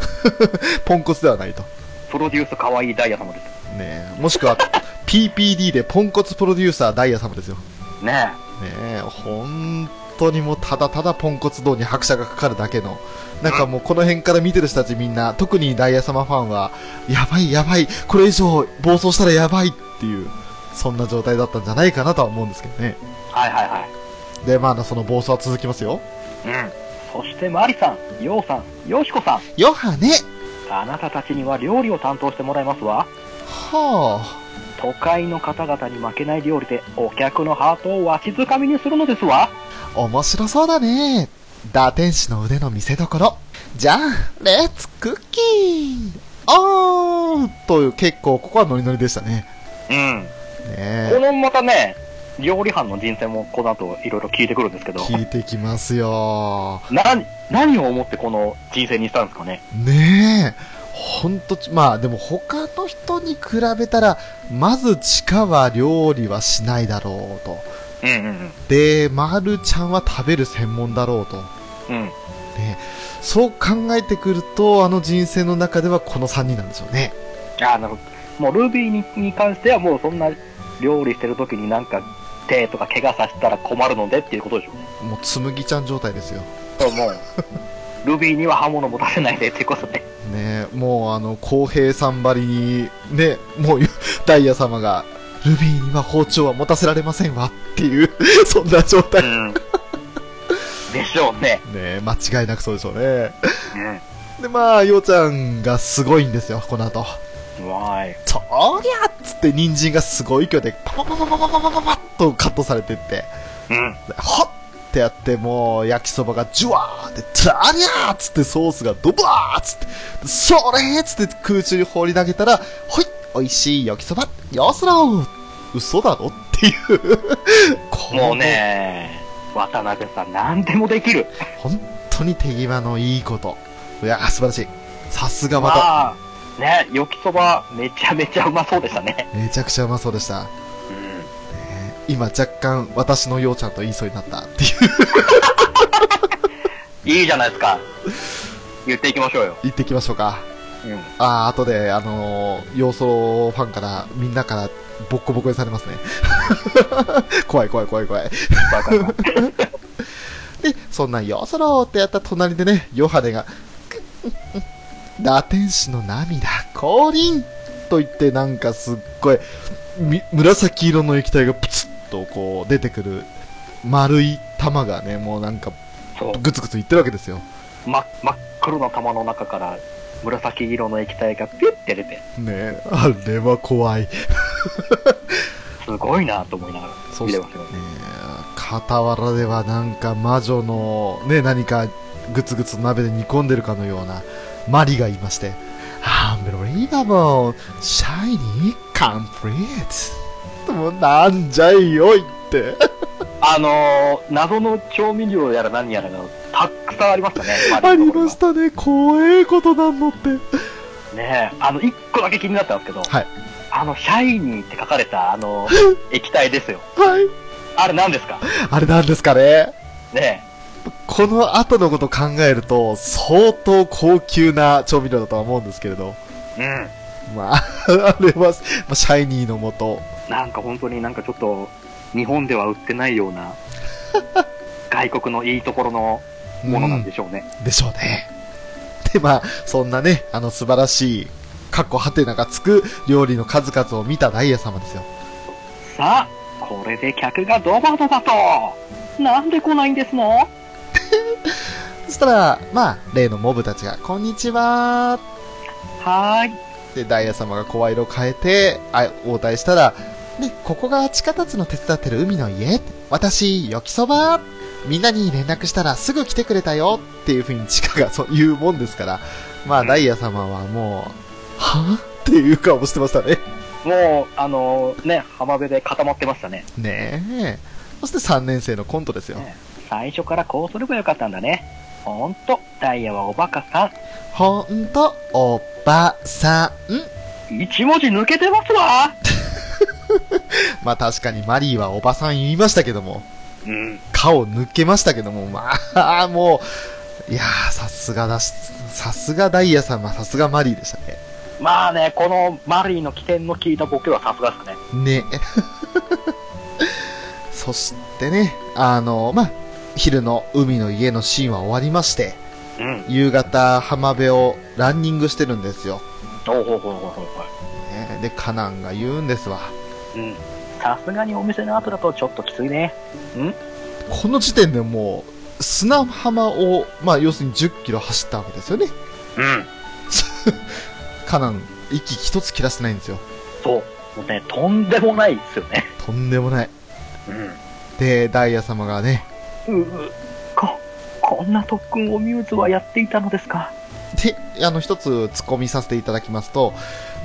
ポンコツではないと。プロデュース可愛いダイヤ様です。ねえ。もしくは、PPD でポンコツプロデューサーダイヤ様ですよ。ねねえ、本当にもうただただポンコツ道に拍車がかかるだけの、なんかもうこの辺から見てる人たちみんな、特にダイヤ様ファンは、やばいやばい、これ以上暴走したらやばいっていう、そんな状態だったんじゃないかなとは思うんですけどね。え。はいはいはい。で、まあその暴走は続きますよ。うん。そしてマリさん、ヨウさん、ヨシコさん、ヨハネあなたたちには料理を担当してもらいますわ。は都会の方々に負けない料理でお客のハートをわしづかみにするのですわ。あ、面白そうだね。打天使の腕の見せ所。じゃあ、レッツクッキーおーという結構ここはノリノリでしたね。うん。ねこえ。のまたね、料理班の人生もこの後いろいろ聞いてくるんですけど。聞いてきますよ。何、何を思ってこの人生にしたんですかね。ねえ。ほんとち、まあでも他の人に比べたら、まずチカは料理はしないだろうと。うんうんで、マルちゃんは食べる専門だろうと。うん。うん。ねえそう考えてくると、あの人生の中ではこの3人なんでしょうね。あなるほど。もうルビーにに関してはもうそんな料理してる時になんか手とか怪我させたら困るのでっていうことでしょもう、つむぎちゃん状態ですよ。そう、もう。ルビーには刃物持たせないでっていうことで。ねえもうあの、公平さんばりに、ね、もう、ダイヤ様が、ルビーには包丁は持たせられませんわっていう、そんな状態。ねん。でしょうね。え間違いなくそうでしょうね。 うで、まあ、ようちゃんがすごいんですよ、この後。ん。わーい。そりゃっつって、人参がすごい勢いで、パパパパパパパパパッとカットされてって、うん。でほっってやって、もう、焼きそばがジュワーって、つらりゃーっつって、ソースがドバーっつって、でそれーっつって空中に放り投げたら、ほい美味しい焼きそば、よーすらー嘘だろっていう。このもう。ね、渡辺さん何でもできる。本当に手際のいいこと。いやー、素晴らしい。さすがまた、まあ、ね、よきそばめちゃめちゃうまそうでしたね。めちゃくちゃうまそうでした。うん。ね今若干私のようちゃんと言いそうになったっていう。いいじゃないですか。言っていきましょうよ。行ってきましょうか。うん。ああ、後で、あのー、要素ファンから、みんなから、ボッコボコにされますね。 怖い怖い怖い怖い。バカが。で、そんなよそろーってやった隣でね、ヨハネが、くっラテン種の涙、降臨と言って、なんかすっごい、み紫色の液体がプツッとこう出てくる丸い玉がね、もうなんかそう。グツグツいってるわけですよ。ま、真っ黒の玉の中から、紫色の液体がピュッて出て、ねえ、あれは怖い。すごいなと思いながらそ見しててましたけどね。ね、傍らではなんか魔女の、ね、何かグツグツ鍋で煮込んでるかのようなマリがいまして、アンブリーダボー、シャイニー、カンプリート。もうなんじゃいよいって。あのー、謎の調味料やら何やらが、たくさんありましたね。 ありましたね、怖えことなんのって。た。ねえあの、一個だけ気になったんですけど、はいあの、シャイニーって書かれた、あ の、液体ですよ。はい。あれ何ですかあれなんですかね。ねこの後のこと考えると、相当高級な調味料だとは思うんですけれど。え。うん。まあ、あれは、 まあシャイニーのもと、なんか本当になんかちょっと、日本では売ってないよう な、外国のいいところのものなんでしょうね。でしょうね。 で、まあ、そんなね、あの素晴らしい、かっこはてながつく料理の数々を見たダイヤ様ですよ。さあ、これで客がドバドバと。なんで来ないんですのそしたら、まあ、例のモブたちが、こんにちははーい。で、ダイヤ様が声色を変えて、あ応対したら、ね、ここが地下鉄の手伝ってる海の家私、よきそばみんなに連絡したらすぐ来てくれたよっていう風に地下がそう言うもんですから、まあ、ダイヤ様はもう、はぁっていう顔してましたね。もう、あのーね、浜辺で固まってましたね。ねえ。そして3年生のコントですよ。ね最初からこうすればよかったんだね。ほんと、ダイヤはおバカさほんと、おばさん。ん。一文字抜けてますわまあ確かにマリーはおばさん言いましたけども、うん。顔抜けましたけども、まあ、 もう、いやー、さすがだし、さすがダイヤ様、さすがマリーでしたね。まあね、このマリーの起点の効いたボケはさすがですね。ね。 そしてね、あの、まあ、昼の海の家のシーンは終わりまして、うん。夕方浜辺をランニングしてるんですよ。ほうほうほうほうほうほねで、カナンが言うんですわ。う。うん。さすがにお店の後だとちょっときついね。この時点でもう、砂浜を、まあ、要するに10キロ走ったわけですよね。うん。カナン、息一つ切らせないんですよ。そう。もうね、とんでもないですよね。とんでもない。うん。で、ダイヤ様がね、ううこ、こんな特訓をミューズはやっていたのですか。で、あの、一つ突っ込みさせていただきますと、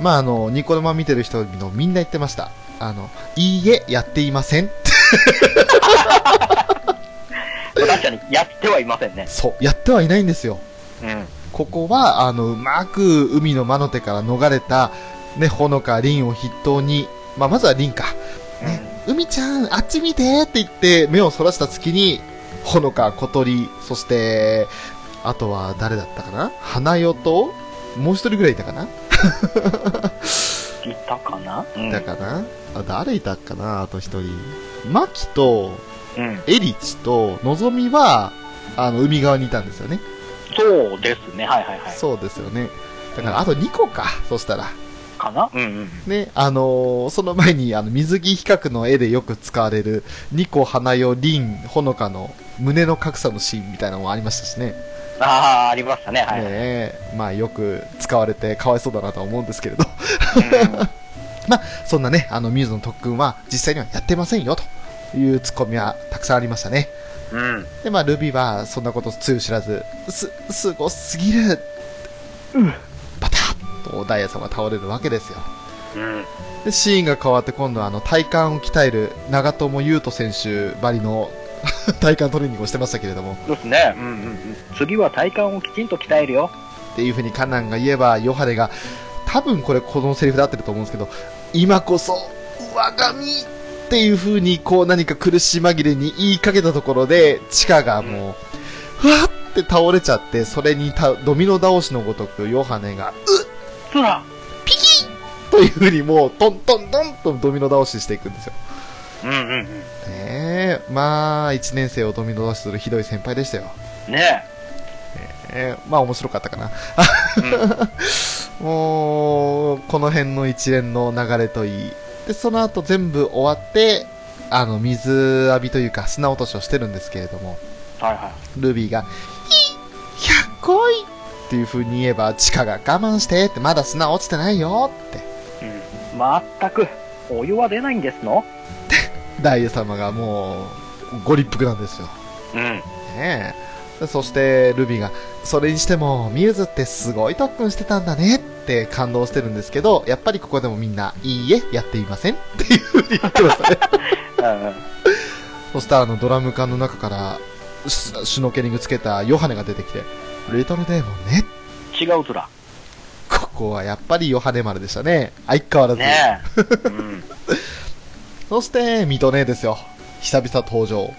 まあ、あの、ニコ生見てる人のみんな言ってました。あの、いいえ、やっていませんって。確かに、やってはいませんね。そう、やってはいないんですよ。うん。ここは、あの、うまく海の魔の手から逃れた、ね、ほのか、リンを筆頭に、まあ、まずはリンか。海ちゃん、あっち見てって言って、目をそらした月に、ほのか、小鳥、そして、あとは誰だったかな花代と、もう一人ぐらいいたかな、いたかなうんいたかなあ、誰いたかなあと一人。マキと、うん。エリチと、のぞみは、あの、海側にいたんですよね。そうですね。はいはいはい。そうですよね。だから、あと2個か。そしたら。かなうんうん。ね、あのーその前に、あの、水着比較の絵でよく使われる、ニコ、花代、リン、ほのかの胸の格差のシーンみたいなのもありましたしね。ああ、ありましたね。はい。ねえまあよく使われてかわいそうだなとは思うんですけれど。 そんなね、あの、ミューズの特訓は実際にはやってませんよ、というツッコミはたくさんありましたね。うん。うん。で、まあ、ルビーは、そんなことつゆ知らず、す、すごすぎる。うん。バタッとダイヤ様が倒れるわけですよ。うん。で、シーンが変わって、今度は、あの、体幹を鍛える、長友佑都選手ばりの、 体幹トレーニングをしてましたけれども、そうですね。うんうんうん。次は体幹をきちんと鍛えるよ。っていう風にカナンが言えば、ヨハネが、多分これ、このセリフで合ってると思うんですけど、今こそ、我が身っていう風に、こう何か苦し紛れに言いかけたところで、チカがもう、うわっって倒れちゃって、それにたドミノ倒しのごとく、ヨハネが、うつら。っというふうにもう、トントントンとドミノ倒ししていくんですよ。うんうんうん。ねえ、まあ、1年生をドミノ倒しするひどい先輩でしたよ。ねえーまあ面白かったかな。え。うん。もう、この辺の一連の流れといい。で、その後全部終わって、あの、水浴びというか砂落としをしてるんですけれども、はいはルビーが、ひ、100個いっていう風に言えば、チカが我慢してって、まだ砂落ちてないよって、い。うん。まったく、お湯は出ないんですのダイエ様がもう、ご立腹なんですよ。うん。ねえ。そして、ルビーが、それにしても、ミューズってすごい特訓してたんだねって感動してるんですけど、やっぱりここでもみんな、いいえ、やっていませんっていうふうに言ってます ね。そしたら、あの、ドラム缶の中から、シュシュノーケリングつけたヨハネが出てきて、リトルデーモンね。違うつら。ここはやっぱりヨハネ丸でしたね。相変わらず。ね え。うん。そして、ミトネですよ。久々登場。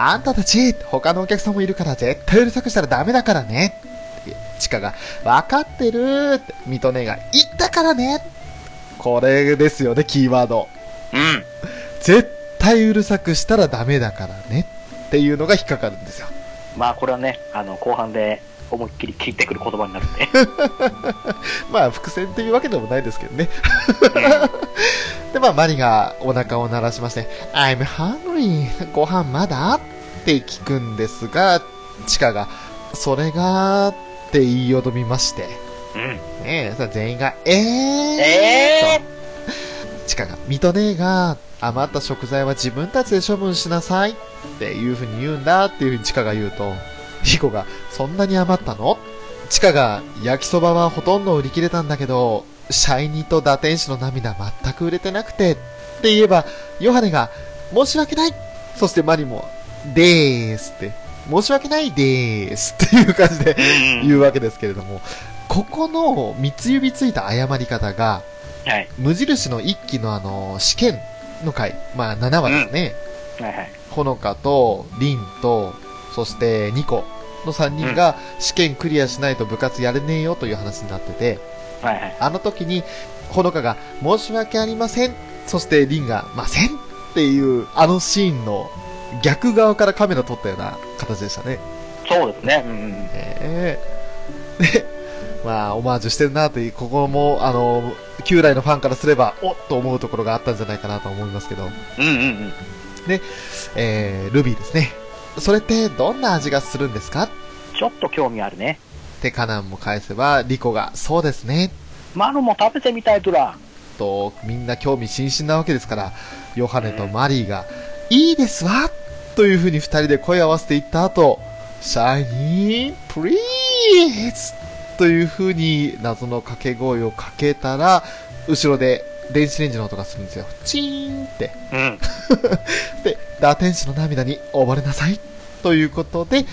あんたたち、他のお客さんもいるから絶対うるさくしたらダメだからね。ってチカが、わかってるーって、ミトネが、言ったからね。これですよね、キーワード。うん。絶対うるさくしたらダメだからね。っていうのが引っかかるんですよ。まあこれはね、あの、後半で思いっきり聞いてくる言葉になる んで。まあ、伏線というわけでもないですけどね。 で、まあ、マリがお腹を鳴らしまして、I'm hungry! ご飯まだって聞くんですが、チカが、それが、って言いよどみまして、うん。ねえ、さあ全員が、えーえとチカが、ミトネーが、余った食材は自分たちで処分しなさいっていうふうに言うんだっていうふうにチカが言うと、ヒコが、そんなに余ったのチカが、焼きそばはほとんど売り切れたんだけど、シャイニーと打天使の涙全く売れてなくて、って言えば、ヨハネが、申し訳ないそしてマリも、でーすって、申し訳ないでーすっていう感じでえ言うわけですけれども、ここの三つ指ついた謝り方が、はい。無印の一期のあの、試験の回、まあ7話ですね、はいはい。ほのかと、りんと、そしてニコの3人が試験クリアしないと部活やれねえよという話になってて、はいはい。あの時に、ほのかが、申し訳ありません。そして、リンが、ませんっていう、あのシーンの逆側からカメラ撮ったような形でしたね。そうですね。うんうん。ええで、まあ、オマージュ してるなという、ここも、あの、旧来のファンからすれば、おっと思うところがあったんじゃないかなと思いますけど、うんうんうん。えー、ルビーですね。それって、どんな味がするんですかっちょっと興味あるね。てカナンも返せば、リコが、そうですね。マロも食べてみたいとら。と、みんな興味津々なわけですから、ヨハネとマリーが、いいですわというふうに二人で声を合わせていった後、シャイニー、プリーズというふうに謎の掛け声をかけたら、後ろで電子レンジの音がするんですよ。チーンって。うん。で、打天使の涙に溺れなさいということで、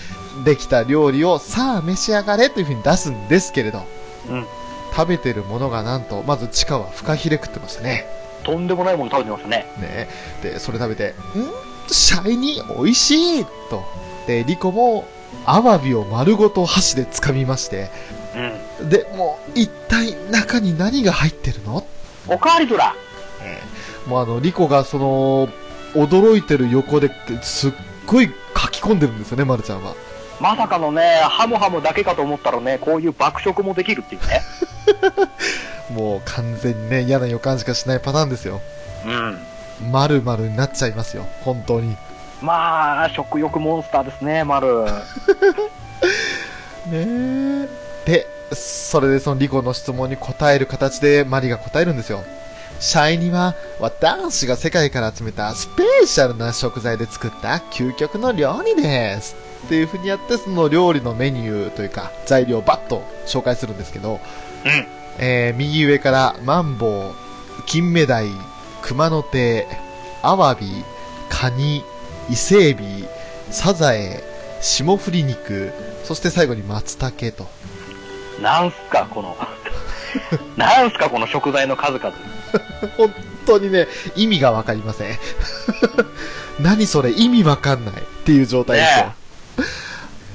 できた料理をさあ召し上がれというふうに出すんですけれど、うん食べてるものがなんと、まず地下はフカヒレ食ってましたね。とんでもないもの食べてましたね。ね、でそれ食べて「んシャイニー美味しい!」とでリコもアワビを丸ごと箸で掴みましてうん。でもう一体中に何が入ってるのおかわりとら。もうあのリコがその驚いてる横ですっごい書き込んでるんですよね、ま、るちゃんはまさかのね、ハムハムだけかと思ったらね、こういう爆食もできるっていうね。もう完全にね嫌な予感しかしないパターンですようん。まるまるになっちゃいますよ本当にまあ、食欲モンスターですね、マ ル。ねえ。で、それでそのリコの質問に答える形でマリが答えるんですよ。シャイニは、男子が世界から集めたスペシャルな食材で作った究極の料理です。っていう風にやって、その料理のメニューというか、材料をバッと紹介するんですけど、うんえー右上から、マンボウ、金目鯛、熊の手、アワビ、カニ、伊勢エビ、サザエ、霜降り肉、そして最後に松茸と。 なんすか、こ の。なんすか、この食材の数々。本当にね、意味がわかりません。 何それ意味わかんないっていう状態ですよ。ね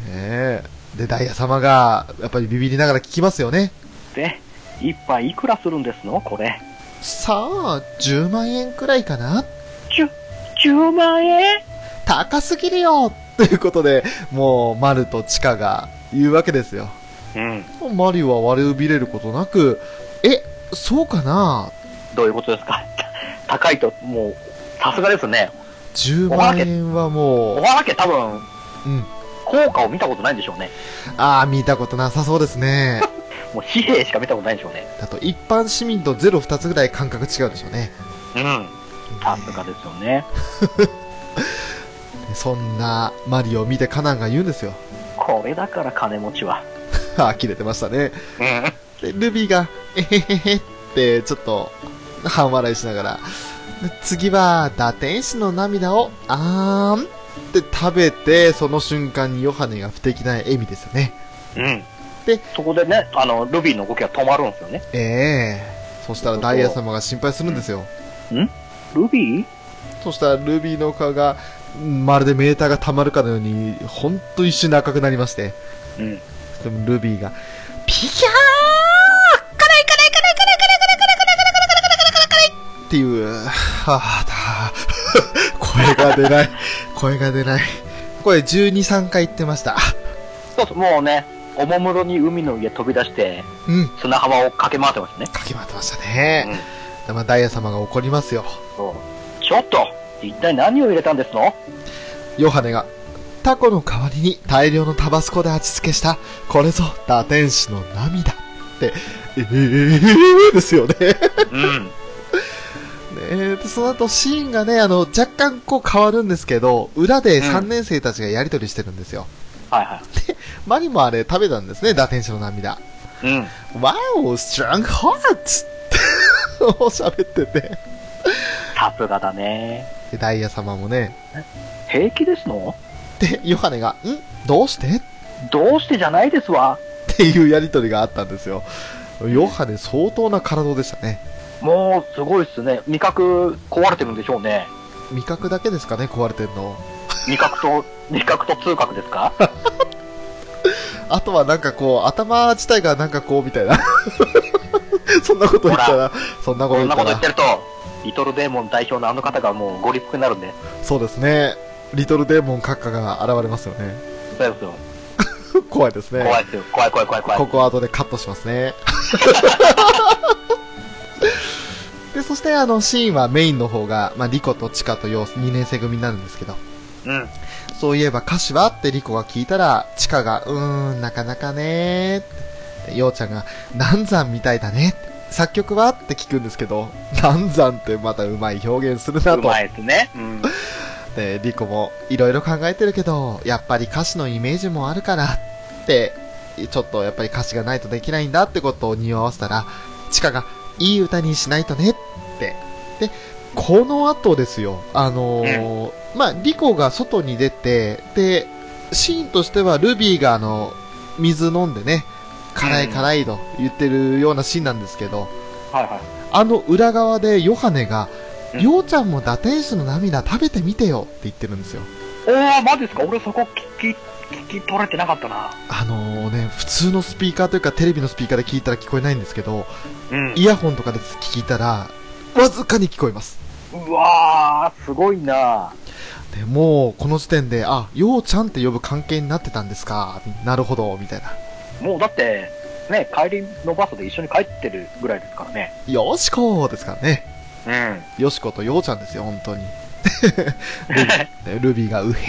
えで、ダイヤ様が、やっぱりビビりながら聞きますよね。で、一杯いくらするんですのこれ。さあ、10万円くらいかなちゅ、10万円高すぎるよということで、もう、マルとチカが言うわけですよ。うん。マリは悪びれることなく、え、そうかなどういうことですか 高いと、もう、さすがですね。 10万円はおもはらけ多分、う、うん。効果を見たことないんでしょうね。ああ、見たことなさそうです ね。もう紙幣しか見たことないんでしょうね。だと一般市民とゼロ2つぐらい感覚違うでしょうね。うん。さすがですよね。そんなマリを見てカナンが言うんですよ。これだから金持ちは。あー切れてましたね。うん。で、ルビーが、えへへへって、ちょっと、半笑いしながら、で次は、打天使の涙を、あーんって食べて、その瞬間にヨハネが不敵な笑みですよね。うん。で、そこでね、あの、ルビーの動きが止まるんですよね。ええそしたらダイヤ様が心配するんですよ。ルビーそしたらルビーの顔が、まるでメーターが溜まるかのように、ほんと一瞬で赤くなりまして。うん。でもルビーが、ピキャー辛い辛い辛い辛い辛い辛い辛い辛い辛い辛い辛い辛い辛い辛いっていう、はぁ、 だ、声が出ない、声が出ない。これ12、3回言ってました。そうそう、もうね、おもむろに海の家飛び出して、うん、砂浜を駆け回ってましたね。かき回ってましたね。でまあダイヤ様が怒りますよ。そう。ちょっと一体何を入れたんですのヨハネが、タコの代わりに大量のタバスコで味付けした、これぞ、打天使の涙。って、えー、ですよね。うん。ねでその後シーンがね、あの、若干こう変わるんですけど、裏で3年生たちがやりとりしてるんですよ。 はいはマリもあれ食べたんですね、打天使の涙。い。うん。ワオ、ストロングハー ツって喋ってて。さすがだね。で、ダイヤ様もね。平気ですので、ヨハネが、んどうしてっどうしてじゃないですわ。ていうやりとりがあったんですよ。ヨハネ相当な体でしたね。もう、すごいっすね。味覚壊れてるんでしょうね。味覚だけですかね、壊れてんの。味覚と、味覚と痛覚ですかあとはなんかこう、頭自体がなんかこう、みたいな。 そんなこと言ったら、そんなことこ言んっなたこと言らって。ると、リトルデーモン代表のあの方がもうご立腹になるんで。そうですね。リトルデーモン閣下が現れますよね。そうですよ。怖いですね。怖いですよ。怖い怖い怖い怖い。ここは後でカットします ね。で、そしてあのシーンはメインの方が、まあ、リコとチカとヨウ2年生組になるんですけど、うん。そういえば歌詞はってリコが聞いたら、チカが、うーん、なかなかねーって。ヨウちゃんが、南山みたいだねって。作曲はって聞くんですけど、南山ってまたうまい表現するなうと。まいですね。うん。で、リコも、いろいろ考えてるけど、やっぱり歌詞のイメージもあるから、って、ちょっとやっぱり歌詞がないとできないんだってことを匂わせたら、チカが、いい歌にしないとね、って。で、この後ですよ、あのーまあ、リコが外に出て、で、シーンとしてはルビーがあの、水飲んでね、辛い辛いと言ってるようなシーンなんですけど、はいはい。あの裏側でヨハネが、うんりょうちゃんも打天使の涙食べてみてよって言ってるんですよ。おー、マジですか俺そこ聞き、聞き取れてなかったな。あのね、普通のスピーカーというかテレビのスピーカーで聞いたら聞こえないんですけど、うんイヤホンとかで聞いたら、わずかに聞こえます。うわー、すごいなでもう、この時点で、あ、ようちゃんって呼ぶ関係になってたんですか、なるほど、みたいな。もうだって、ね、帰りのバスで一緒に帰ってるぐらいですからね。よしこですからね。うよしことようちゃんですよ、本当に。でルビーがうへーって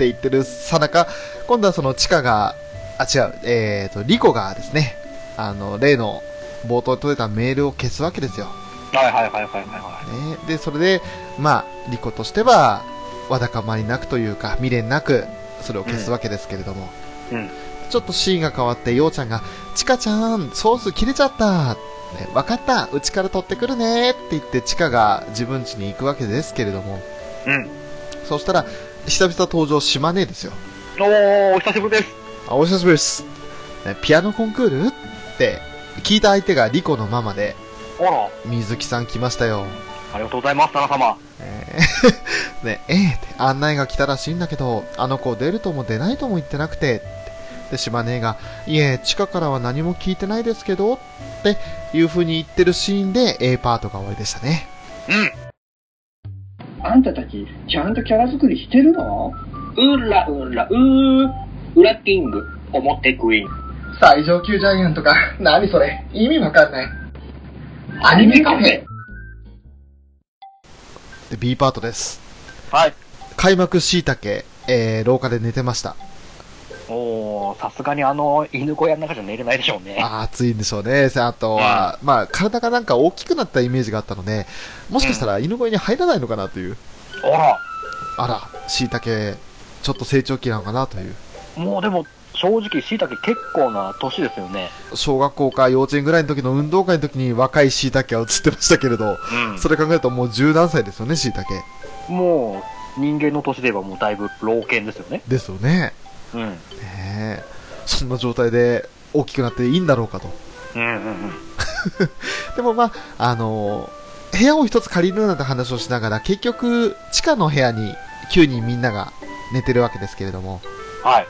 言ってるさなか、今度はそのチカが、あ、違う、えーと、リコがですね、あの、例の冒頭で取れたメールを消すわけですよ。ん。 はいはいはいはいはいはね、で、それで、まあ、リコとしては、わだかまりなくというか、未練なく、それを消すわけですけれども、い。うん。ちょっとシーンが変わって、ようちゃんが、チカちゃん、ソース切れちゃった、ね、わかった、うちから取ってくるねって言って、チカが自分家に行くわけですけれども、うん。そしたら、久々登場、島根ですよ。おー、お久しぶりです。あ、お久しぶりです。ねピアノコンクールって、聞いた相手がリコのママで、あら、水木さん来ましたよ。ありがとうございます、田中様。ねええって案内が来たらしいんだけど、あの子出るとも出ないとも言ってなくて、ってで、島根が、いえ、地下からは何も聞いてないですけど、っていう風に言ってるシーンで A パートが終わりでしたね。うん。あんたたち、ちゃんとキャラ作りしてるのうらうらうー、ウラキング、表クイーン。最上級ジャイアントか。何それ。意味わかんない。アニメカフェ。で、B パートです。はい。開幕椎茸、えー、廊下で寝てました。おー、さすがにあの犬小屋の中じゃ寝れないでしょうね。 あー暑いんでしょうね。あとは、まあ、体がなんか大きくなったイメージがあったので、もしかしたら犬小屋に入らないのかなという。ああら、椎茸、ちょっと成長期なのかなという。ら、もうでも正直椎茸結構な年ですよね。小学校か幼稚園ぐらいの時の運動会の時に若い椎茸は映ってましたけれど、うんそれ考えるともう十何歳ですよね、椎茸。もう人間の年で言えばもうだいぶ老犬ですよね。ですよね。うん。うんねえそんな状態で大きくなっていいんだろうかと。うんうん。でもまあ、あの部屋を一つ借りるなんて話をしながら、結局、地下の部屋に9人みんなが寝てるわけですけれども、はい。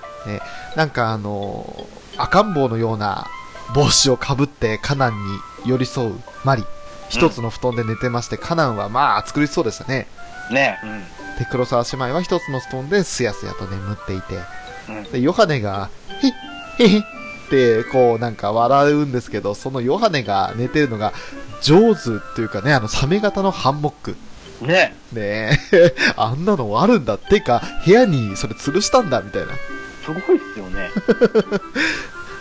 なんかあの赤ん坊のような帽子をかぶってカナンに寄り添うマリ。一つの布団で寝てまして、カナンはまあ、暑苦しそうでしたね。ねで、黒沢姉妹は一つの布団ですやすやと眠っていて、え。うん。うん。で、ヨハネが、へっ、へへって、こうなんか笑うんですけど、そのヨハネが寝てるのが、ジョーズっていうかね、あのサメ型のハンモック。ねねえ、 あんなのあるんだ。ってか、部屋にそれ吊るしたんだ、みたいな。え、すごいっすよね。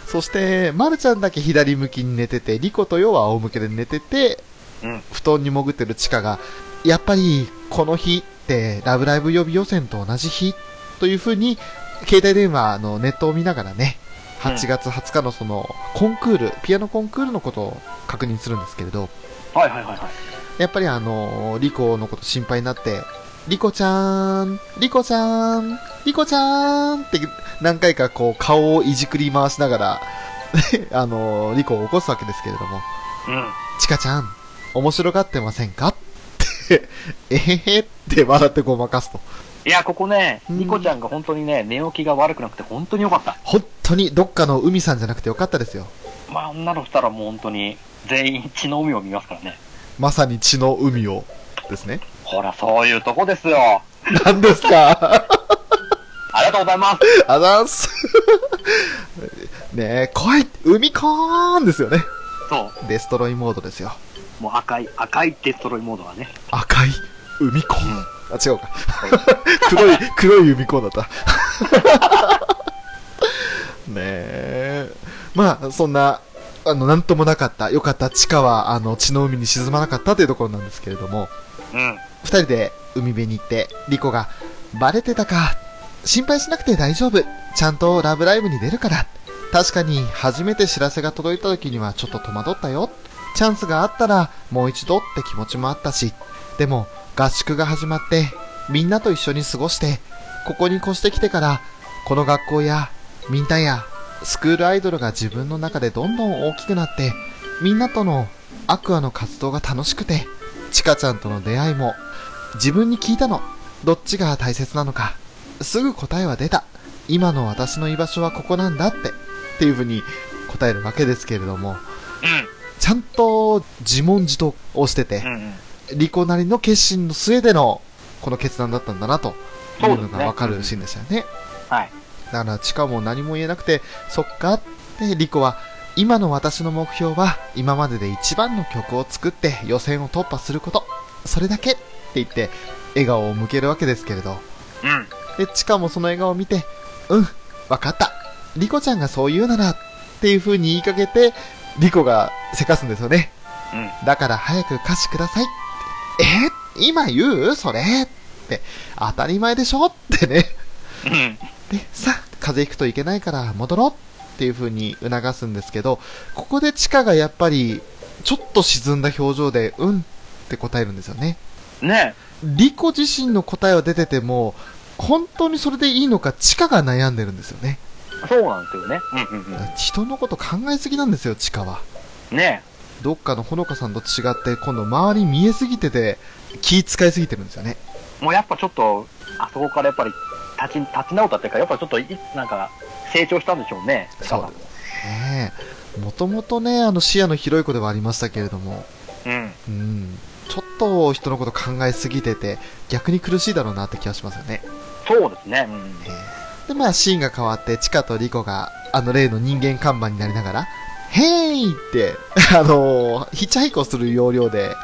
そして、まるちゃんだけ左向きに寝てて、リコとヨは仰向けで寝てて、うん布団に潜ってるチカが、やっぱり、この日って、ラブライブ予備予選と同じ日という風に、携帯電話のネットを見ながらね、うん8月20日のその、コンクール、ピアノコンクールのことを確認するんですけれど、 はいはいはいはい。やっぱりあの、リコのこと心配になって、リコちゃーん、リコちゃーん、リコちゃーんって何回かこう顔をいじくり回しながら、 あの、リコを起こすわけですけれども、うん。チカちゃん、面白がってませんか って、えへへって笑ってごまかすと。いや、ここね、うんニコちゃんが本当にね、寝起きが悪くなくて本当に良かった。本当にどっかの海さんじゃなくてよかったですよ。まあ、女の二人はもう本当に全員血の海を見ますからね。まさに血の海を、ですね。ほら、そういうとこですよ。何ですか ありがとうございます。あざーす。 ねえ、来い海コーンですよね。そデストロイモードですよ。う、もう赤い、赤いデストロイモードがね。赤い海コーン。あ、違うか。 黒い、黒い海コーンだった。 ねえ。まあ、そんな、あの、なんともなかった。よかった。地下は、あの、血の海に沈まなかったというところなんですけれども、うん。二人で海辺に行って、リコが、バレてたか。心配しなくて大丈夫。ちゃんとラブライブに出るから。確かに、初めて知らせが届いた時にはちょっと戸惑ったよ。チャンスがあったら、もう一度って気持ちもあったし。でも、合宿が始まって、みんなと一緒に過ごして、ここに越してきてから、この学校や、みんなや、スクールアイドルが自分の中でどんどん大きくなって、みんなとのアクアの活動が楽しくて、チカちゃんとの出会いも、自分に聞いたの。どっちが大切なのか。すぐ答えは出た。今の私の居場所はここなんだって。っていう風に答えるわけですけれども、ちゃんと自問自答をしてて、うん。うん。リコなりの決心の末での、この決断だったんだなと、いうそうのですがねわかるシーンでしたよね。はい。だから、チカも何も言えなくて、そっかって、リコは、今の私の目標は、今までで一番の曲を作って予選を突破すること。それだけって言って、笑顔を向けるわけですけれど。うん。で、チカもその笑顔を見て、うん、わかった。リコちゃんがそう言うなら、っていう風に言いかけて、リコがせかすんですよね。うだから早く歌詞ください。え今言うそれって、当たり前でしょってね。うん。で、さあ、風邪ひくといけないから戻ろうっていう風に促すんですけど、ここでチカがやっぱり、ちょっと沈んだ表情で、うんって答えるんですよね。ねリコ自身の答えは出てても、本当にそれでいいのか、チカが悩んでるんですよね。えそうなんですよね。うんうん人のこと考えすぎなんですよ、チカは。うん。ねどっかのほのかさんと違って、今度周り見えすぎてて、気使いすぎてるんですよね。えもうやっぱちょっと、あそこからやっぱり立ち、立ち直ったっていうか、やっぱちょっとい、なんか、成長したんでしょうね。そうねえ。もともとね、あの視野の広い子ではありましたけれども、うん。うん、ちょっと人のこと考えすぎてて、逆に苦しいだろうなって気がしますよね。そうですね。うん。で、まあ、シーンが変わって、チカとリコが、あの例の人間看板になりながら、ヘイって、 あのーヒッチハイクをする要領で、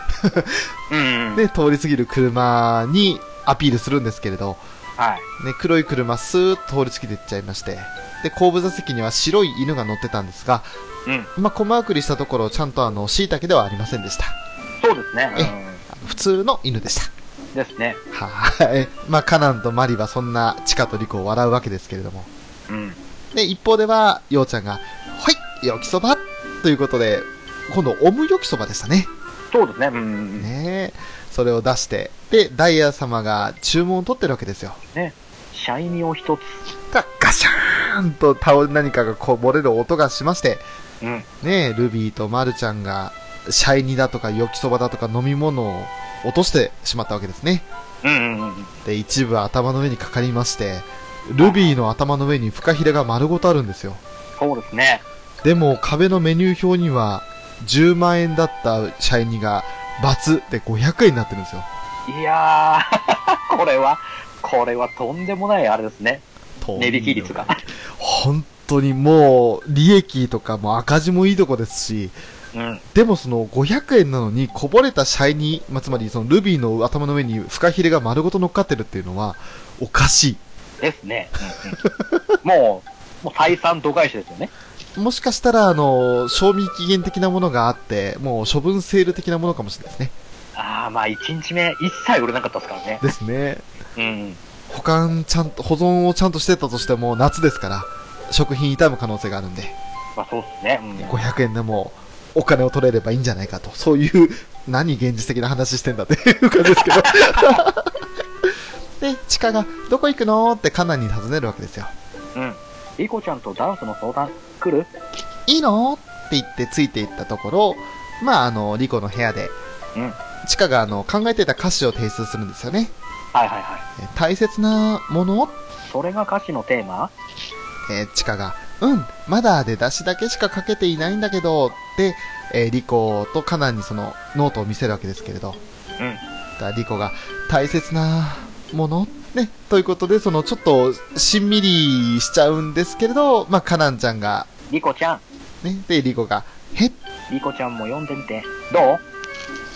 うん。ね、通り過ぎる車にアピールするんですけれど、はい。ね、黒い車スーッと通り過ぎていっちゃいまして、で、後部座席には白い犬が乗ってたんですが、うん。まあ、小回りしたところ、ちゃんとあの、椎茸ではありませんでした。そうですね。普通の犬でした。うん。ですね。はい。 まあ、カナンとマリはそんなチカとリコを笑うわけですけれども。うん。で、一方では、ようちゃんが、はい、よきそばということで、今度、オムよきそばでしたね。そうですね。うん。ねえそれを出して、で、ダイヤ様が注文を取ってるわけですよ。シャイニを一つ。がガシャーンと倒れ何かがこぼれる音がしまして、うん。ねえルビーとマルちゃんが、シャイニだとか、よきそばだとか、飲み物を落としてしまったわけですね。うんうんうん。で、一部頭の上にかかりまして、ルビーの頭の上にフカヒレが丸ごとあるんですよ。そうですね。でも、壁のメニュー表には、10万円だったシャイニが、×で500円になってるんですよ。いやー、 これは、これはとんでもないあれですね。と値引き率が。本当にもう、利益とかも赤字もいいとこですし、うん。でもその500円なのにこぼれたシャイニー、まあ、つまりそのルビーの頭の上にフカヒレが丸ごと乗っかってるっていうのは、おかしい。ですね。うんうん、もう、もう再三度外視ですよね。もしかしたら、あの、賞味期限的なものがあって、もう処分セール的なものかもしれないですね。ああ、まあ一日目、一切売れなかったですからね。ですね。うん。保管ちゃんと、保存をちゃんとしてたとしても、夏ですから、食品傷む可能性があるんで、まあそうですね。うん。 500円でも、お金を取れればいいんじゃないかと。そういう、何現実的な話してんだっていう感じですけ ど。で、チカが、どこ行くのってカナンに尋ねるわけですよ。うん。リコちゃんとダンスの相談来るいいのって言ってついていったところ、まあ、あの、リコの部屋で、うんチカがあの考えていた歌詞を提出するんですよね。はいはいはい。え大切なものそれが歌詞のテーマえーチカが、うん、まだ出だしだけしか書けていないんだけど、で、えーリコとカナンにそのノートを見せるわけですけれど。うん。だリコが、大切なものね、ということで、そのちょっと、しんみりしちゃうんですけれど、まあ、カナンちゃんが、リコちゃん、ね、で、リコが、へっリコちゃんも読んでみて。どう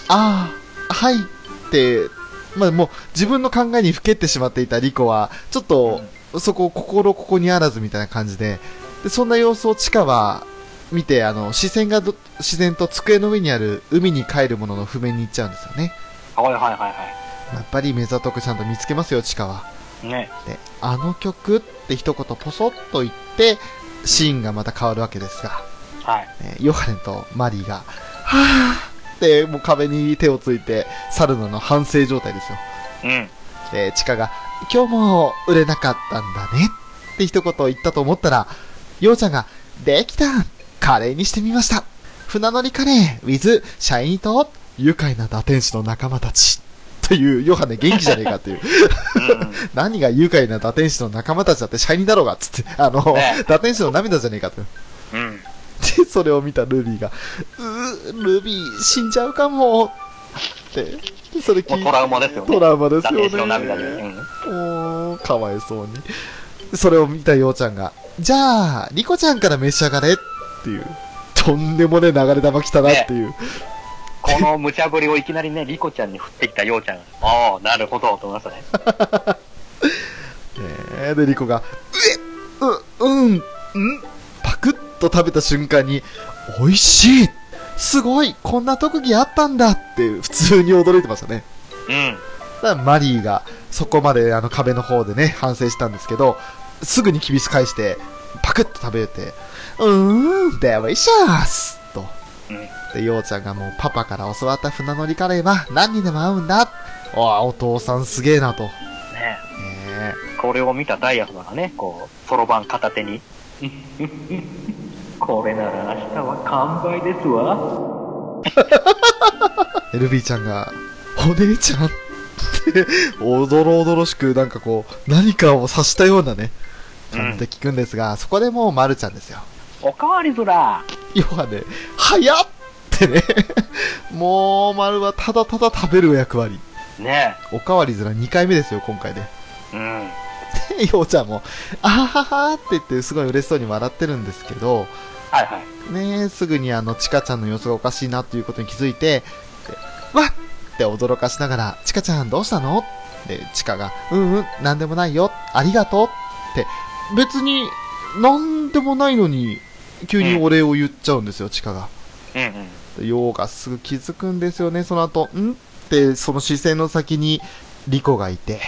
ああ、はいって、まあもう自分の考えにふけってしまっていたリコは、ちょっと、そこ、心ここにあらずみたいな感じで、で、そんな様子をチカは見て、あの、視線がど、自然と机の上にある海に帰るものの譜面に行っちゃうんですよね。はいはいはいはやっぱり目ざとくちゃんと見つけますよ、チカは。い。ね。で、あの曲って一言ポソッと言って、シーンがまた変わるわけですが、はい。えーヨハネとマリーが、はぁーって、もう壁に手をついて、サルナの反省状態ですよ。うん。で、チカが、今日も売れなかったんだねって一言言ったと思ったら、ヨウちゃんが、できたカレーにしてみました船乗りカレー with シャイニーと愉快な打天使の仲間たちという、ヨハネ元気じゃねえかっていう。何が愉快な打天使の仲間たちだってシャイニーだろうがっつって、あの、ね打天使の涙じゃねえかって。うん。 うん。で、それを見たルビーが、うー、ルビー死んじゃうかもって、それも聞ういトラウマですよね。トラウマですだよっね。て、の涙で。うん。もう、かわいそうに。それを見たようちゃんが、じゃあ、リコちゃんから召し上がれっていう、とんでもねえ流れ玉来たなっていう、この無茶ぶりをいきなりね、リコちゃんに振ってきたようちゃんが、ああ、なるほど、と思いましたね。えーで、リコが、うえ、う、うん、んパクッと食べた瞬間に、美味しいすごいこんな特技あったんだって、普通に驚いてましたね。うん。ただマリーがそこまであの壁の方でね、反省したんですけど、すぐに厳し返して、パクッと食べれて、うーん、デリシャスと。うんで、ようちゃんがもうパパから教わった船乗りカレーは何にでも合うんだ。おお父さんすげえなと。ねねえこれを見たダイヤ様がね、こう、そろばん片手に。 これなら明日は完売ですわ。でルビーちゃんが、お姉ちゃんおどろおどろしく、なんかこう、何かを察したようなね、うん感じで聞くんですが、そこでもう丸ちゃんですよ。おかわりずら要はね、早っってね、 もう丸はただただ食べる役割。ねおかわりずら2回目ですよ、今回で。 え。うん。で、ようちゃんも、あはははって言って、すごい嬉しそうに笑ってるんですけど、はいはい。ねえ、すぐにあの、ちかちゃんの様子がおかしいなということに気づいて、でわっって驚かしながら、ちかちゃんどうしたので、ちかが、うんうん、なんでもないよ、ありがとうって、別に、なんでもないのに、急にお礼を言っちゃうんですよ、ちかが。うんうん。ようがすぐ気づくんですよね、その後、んって、その視線の先に、リコがいて、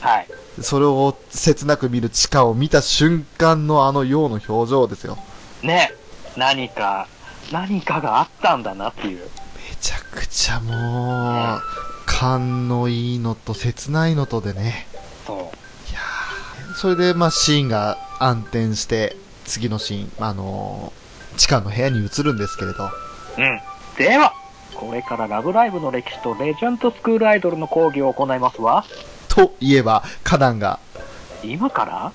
はい。それを切なく見る地下を見た瞬間のあの陽の表情ですよ。ねえ。何か、何かがあったんだなっていう。めちゃくちゃもう、勘のいいのと切ないのとでね。そいやーそれでまあシーンが暗転して、次のシーン、あのー地下の部屋に移るんですけれど。う。うん。では、これからラブライブの歴史とレジェンドスクールアイドルの講義を行いますわ。といえば、花壇が、今から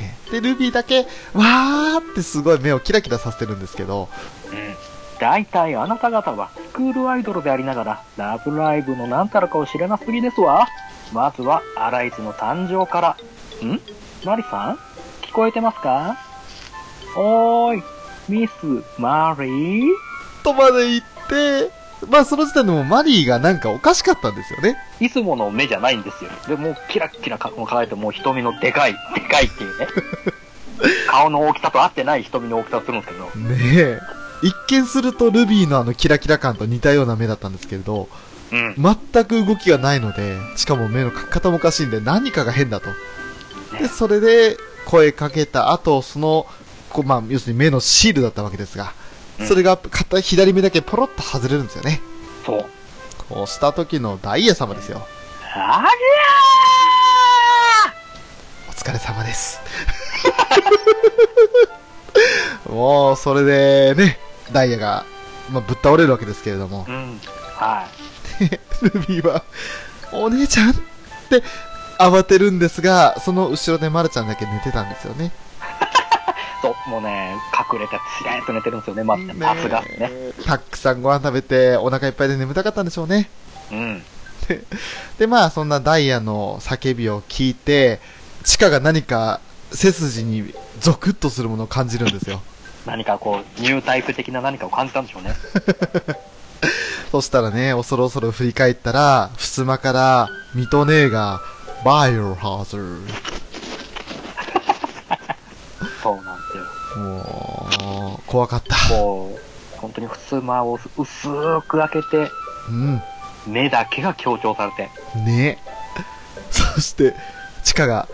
ねで、ルビーだけ、わーってすごい目をキラキラさせてるんですけど、うん。大体あなた方はスクールアイドルでありながら、ラブライブの何たるかを知らなすぎですわ。まずは、アライズの誕生から。んマリさん聞こえてますかおーい、ミス・マリーとまで言って、まあその時点でもうマリーがなんかおかしかったんですよね。いつもの目じゃないんですよ。で、もうキラッキラかもう輝いて、もう瞳のでかい、でかいって いうね。顔の大きさと合ってない瞳の大きさをするんですけど。ねえ。一見するとルビーのあのキラキラ感と似たような目だったんですけれど、うん。全く動きがないので、しかも目の描き方もおかしいんで何かが変だと。で、それで声かけた後、その、こうまあ、要するに目のシールだったわけですが、うんそれが片左目だけポロッと外れるんですよね。そう。こうした時のダイヤ様ですよ。あお疲れ様です。もう、それでね、ダイヤが、まあ、ぶっ倒れるわけですけれどもりゃ、ーうん。はルビーは、お姉ちゃんって慌てるんですが、その後ろでマルちゃんだけ寝てたんですよね。い。そう、もうね、隠れて、しらーっと寝てるんですよね、まずね。ねさすがっすね。たくさんご飯食べて、お腹いっぱいで眠たかったんでしょうね。うん。で、まあ、そんなダイヤの叫びを聞いて、チカが何か背筋にゾクッとするものを感じるんですよ。何かこう、ニュータイプ的な何かを感じたんでしょうね。そしたらね、恐る恐る振り返ったら、襖から、ミト姉が、バイオハザーそうなんですよ。ド。もう、怖かった。こう、本当に襖を薄く開けて、うん。目だけが強調されて。ねそして、チカが、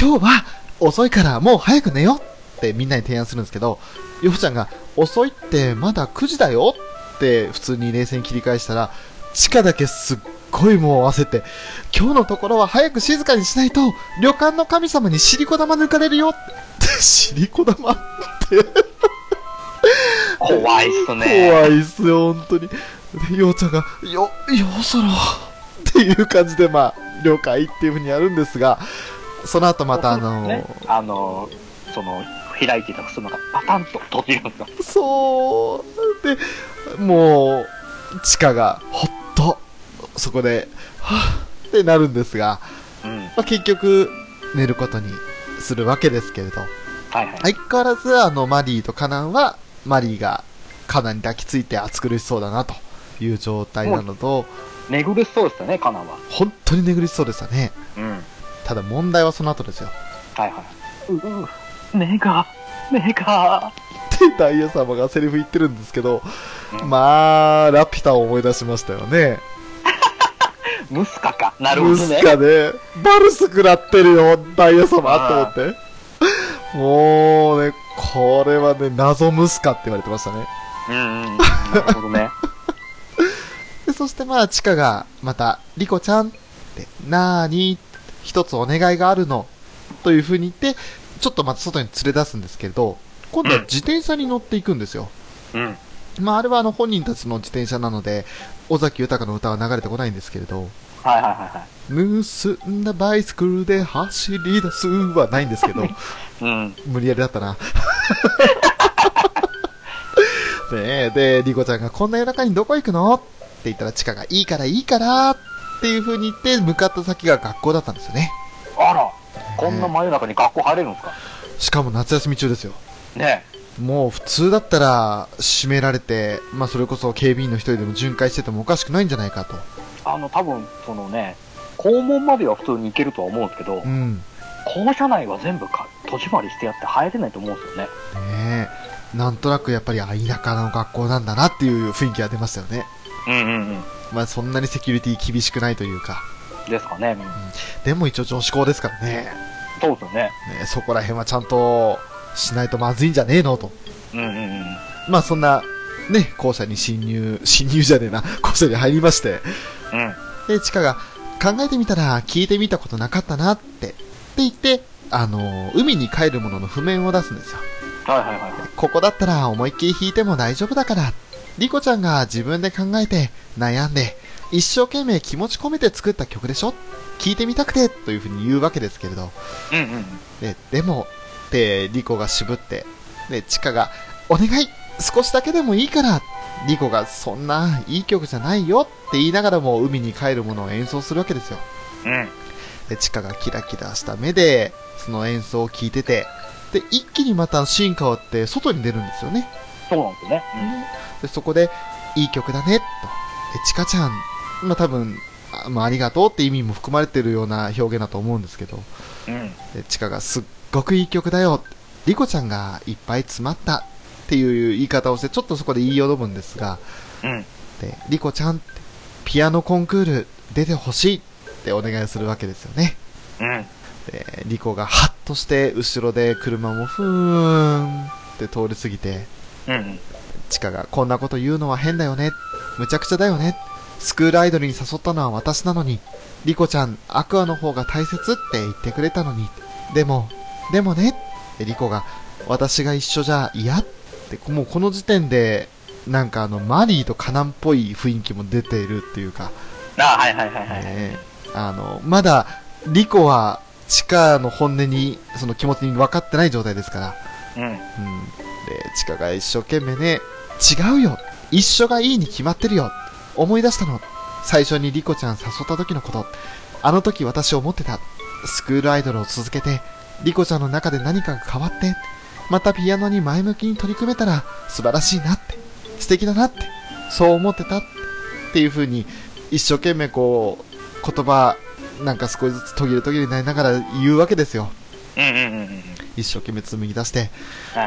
今日は遅いからもう早く寝ようってみんなに提案するんですけど、ヨフちゃんが、遅いってまだ9時だよって普通に冷静に切り返したら、チカだけすっごいもう焦って、今日のところは早く静かにしないと、旅館の神様に尻子玉抜かれるよって、尻子玉って。怖いっすね。怖いっすよ、本当に。で、ようちゃんが、よ、ようそろっていう感じで、まあ、了解っていうふうにやるんですが、その後またあのね、あのその開いていた襖がパタンと閉じるんですよそう、で、もう、地下が、ほっと、そこで、はぁ、ってなるんですが、うんはいまあ、結局、寝ることにするわけですけれど、はい、相変わらず、あの、マリーとカナンは、マリーがカナンに抱きついて暑苦しそうだな、という状態なのと、寝苦しそうでしたねカナは本当に寝苦しそうでしたね。うんはいただ問題はその後ですよ。 はいうう目が目がで、ダイヤ様がセリフ言ってるんですけど、うんまあ、ラピュタを思い出しましたよね。ムスカかなるほどムねスカで、バルス食らってるよ、ダイヤ様と思って。もうね、これはね、謎ムスカって言われてましたね。うんうんなるほどねで、そしてまあ、チカが、また、リコちゃんって、なーに、一つお願いがあるの、という風に言って、ちょっとまた外に連れ出すんですけど、今度は自転車に乗っていくんですよ。 うんまあ、あれはあの本人たちの自転車なので、尾崎豊の歌は流れてこないんですけれど、はいはいはいはい。盗んだバイスクルで走り出すはないんですけど、うん。無理やりだったな。 ねえ、で、リコちゃんがこんな夜中にどこ行くのって言ったら、チカがいいからいいからっていう風に言って、向かった先が学校だったんですよね。あら、こんな真夜中に学校入れるんですかしかも夏休み中ですよ。ねもう普通だったら閉められて、まあそれこそ警備員の一人でも巡回しててもおかしくないんじゃないかと。え。あの、多分、そのね、校門までは普通に行けるとは思うんですけどう、ん。校舎内は全部か戸締まりしてやって入れないと思うんですよね。ねえ。なんとなくやっぱり、あ、田舎の学校なんだなっていう雰囲気が出ましたよね。うんうんうん。まあそんなにセキュリティ厳しくないというか。ですかね。でも一応女子校ですからね。そうですよね。ねそこら辺はちゃんとしないとまずいんじゃねえのと。うんうんうん。まあそんな、ね、校舎に侵入、侵入じゃねえな、校舎に入りまして。うん。で、チカが、考えてみたら聞いてみたことなかったなって、って言って、あの、海に帰るものの譜面を出すんですよ。はいはいはいはい。ここだったら思いっきり弾いても大丈夫だから。リコちゃんが自分で考えて、悩んで、一生懸命気持ち込めて作った曲でしょ聞いてみたくてというふうに言うわけですけれど。うんうんうん。で、でも、って、リコが渋って、で、チカが、お願い少しだけでもいいからリコが、そんな、いい曲じゃないよって言いながらも、海に帰るものを演奏するわけですよ。うん。で、チカがキラキラした目で、その演奏を聞いてて、で、一気にまたシーン変わって、外に出るんですよね。そうなんですよね。で、そこで、いい曲だね、と。で、チカちゃん、まあ、多分、あまあ、ありがとうって意味も含まれてるような表現だと思うんですけど、うん。うん。でチカがすっごくいい曲だよ。リコちゃんがいっぱい詰まったっていう言い方をして、ちょっとそこで言いよどむんですが、うん。で、リコちゃんって、ピアノコンクール出てほしいってお願いするわけですよね。うん。で、リコがハッとして、後ろで車もふーんって通り過ぎて、うん。チカがこんなこと言うのは変だよね。むちゃくちゃだよね。スクールアイドルに誘ったのは私なのに。リコちゃん、アクアの方が大切って言ってくれたのに。でも、でもね。でリコが、私が一緒じゃ嫌って、もうこの時点で、なんかあの、マリーとカナンっぽい雰囲気も出ているっていうか、あ、はいはいはいはい。ねあの、まだ、リコは、チカの本音に、その気持ちに分かってない状態ですから、うん。うん、で、チカが一生懸命ね、違うよ一緒がいいに決まってるよ思い出したの最初にリコちゃん誘った時のこと。あの時私思ってた。スクールアイドルを続けて、リコちゃんの中で何かが変わって、またピアノに前向きに取り組めたら素晴らしいなって、素敵だなって、そう思ってたってっていう風に、一生懸命こう、言葉、なんか少しずつ途切れ途切れになりながら言うわけですよ。うんうんうんうん。一生懸命紡ぎ出して、はい。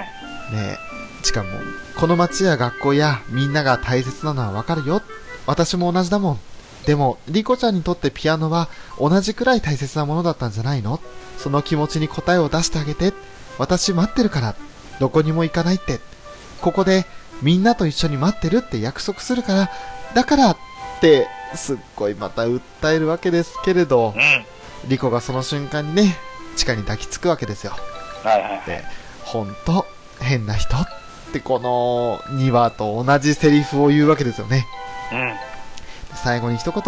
ねえ、しかも、この街や学校やみんなが大切なのはわかるよ。私も同じだもん。でも、リコちゃんにとってピアノは同じくらい大切なものだったんじゃないのその気持ちに答えを出してあげて。私待ってるから。どこにも行かないって。ここでみんなと一緒に待ってるって約束するから。だからって、すっごいまた訴えるわけですけれどう、ん。リコがその瞬間にね、地下に抱きつくわけですよ。はいはいはい。で、ほんと、変な人ってこの2話と同じセリフを言うわけですよね。うん。最後に一言、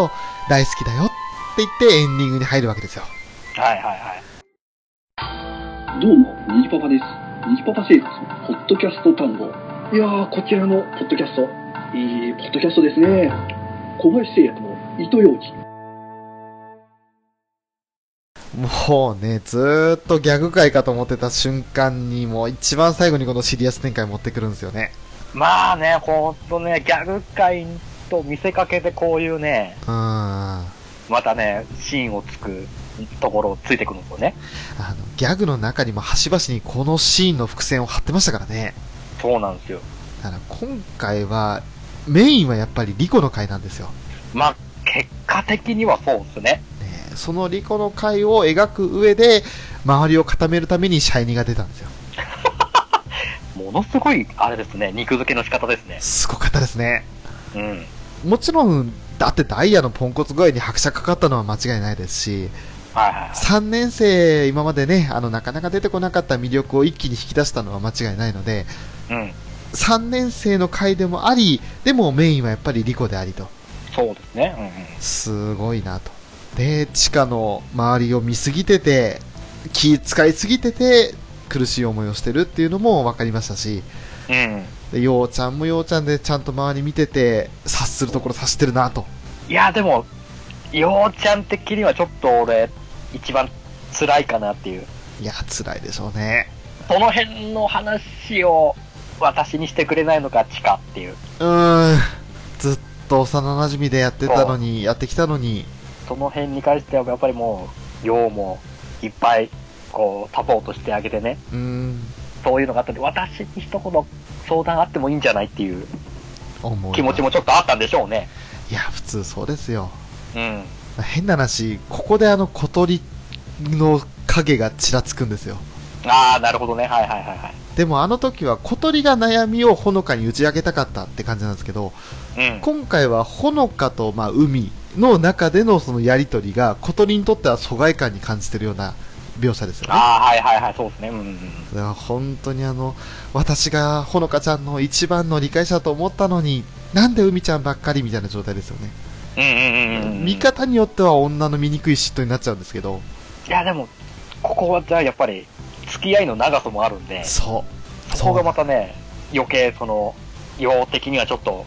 大好きだよって言ってエンディングに入るわけですよ。はいはいはい。どうも、ニジパパです。ニジパパ生活のポッドキャスト探訪。いやー、こちらのポッドキャスト、いいポッドキャストですね。小林製薬の糸ようじ。もうね、ずーっとギャグ界かと思ってた瞬間に、もう一番最後にこのシリアス展開持ってくるんですよね。まあね、ほんとね、ギャグ界と見せかけてこういうね、うーん。あまたね、シーンをつくところをついてくるんですよね。の、ギャグの中にも端々にこのシーンの伏線を張ってましたからね。そうなんですよ。だから今回は、メインはやっぱりリコの回なんですよ。まあ、結果的にはそうですね。ねそのリコの回を描く上で、周りを固めるためにシャイニーが出たんですよ。ものすごい、あれですね、肉付けの仕方ですね。すごかったですね。うん。もちろん、だってダイヤのポンコツ具合に拍車かかったのは間違いないですし、はいはいはい。 3年生、今までね、あの、なかなか出てこなかった魅力を一気に引き出したのは間違いないので、うん。 3年生の回でもあり、でもメインはやっぱりリコでありと。そうですね。すごいなと。で、地下の周りを見すぎてて、気使いすぎてて、苦しい思いをしてるっていうのも分かりましたし、うん。で、ようちゃんもようちゃんでちゃんと周り見てて、察するところ察してるなと。いや、でも、ようちゃん的にはちょっと俺、一番辛いかなっていう。いや、辛いでしょうね。その辺の話を私にしてくれないのか、地下っていう。うーん、ずっと幼馴染でやってたのに、やってきたのに、その辺に関してはやっぱりもう、ようもいっぱい、こう、サポートしてあげてね。うーん、そういうのがあったんで、私に一言相談あってもいいんじゃないっていう思う。気持ちもちょっとあったんでしょうね。いや、普通そうですよ。うん。変な話、ここであの小鳥の影がちらつくんですよ。ああ、なるほどね。はいはいはいはい。でもあの時は小鳥が悩みをほのかに打ち明けたかったって感じなんですけど、うん。今回はほのかとまあ海の中でのそのやりとりが小鳥にとっては疎外感に感じてるような描写ですよね。ああ、はいはいはい、そうですね。うんうんうん。だから本当にあの私がほのかちゃんの一番の理解者だと思ったのになんで海ちゃんばっかりみたいな状態ですよね、うんうんうんうん。見方によっては女の醜い嫉妬になっちゃうんですけどいや、でも、ここはじゃあやっぱり、付き合いの長さもあるんで、そうそこがまたたね、余計その、用的にはちょっと、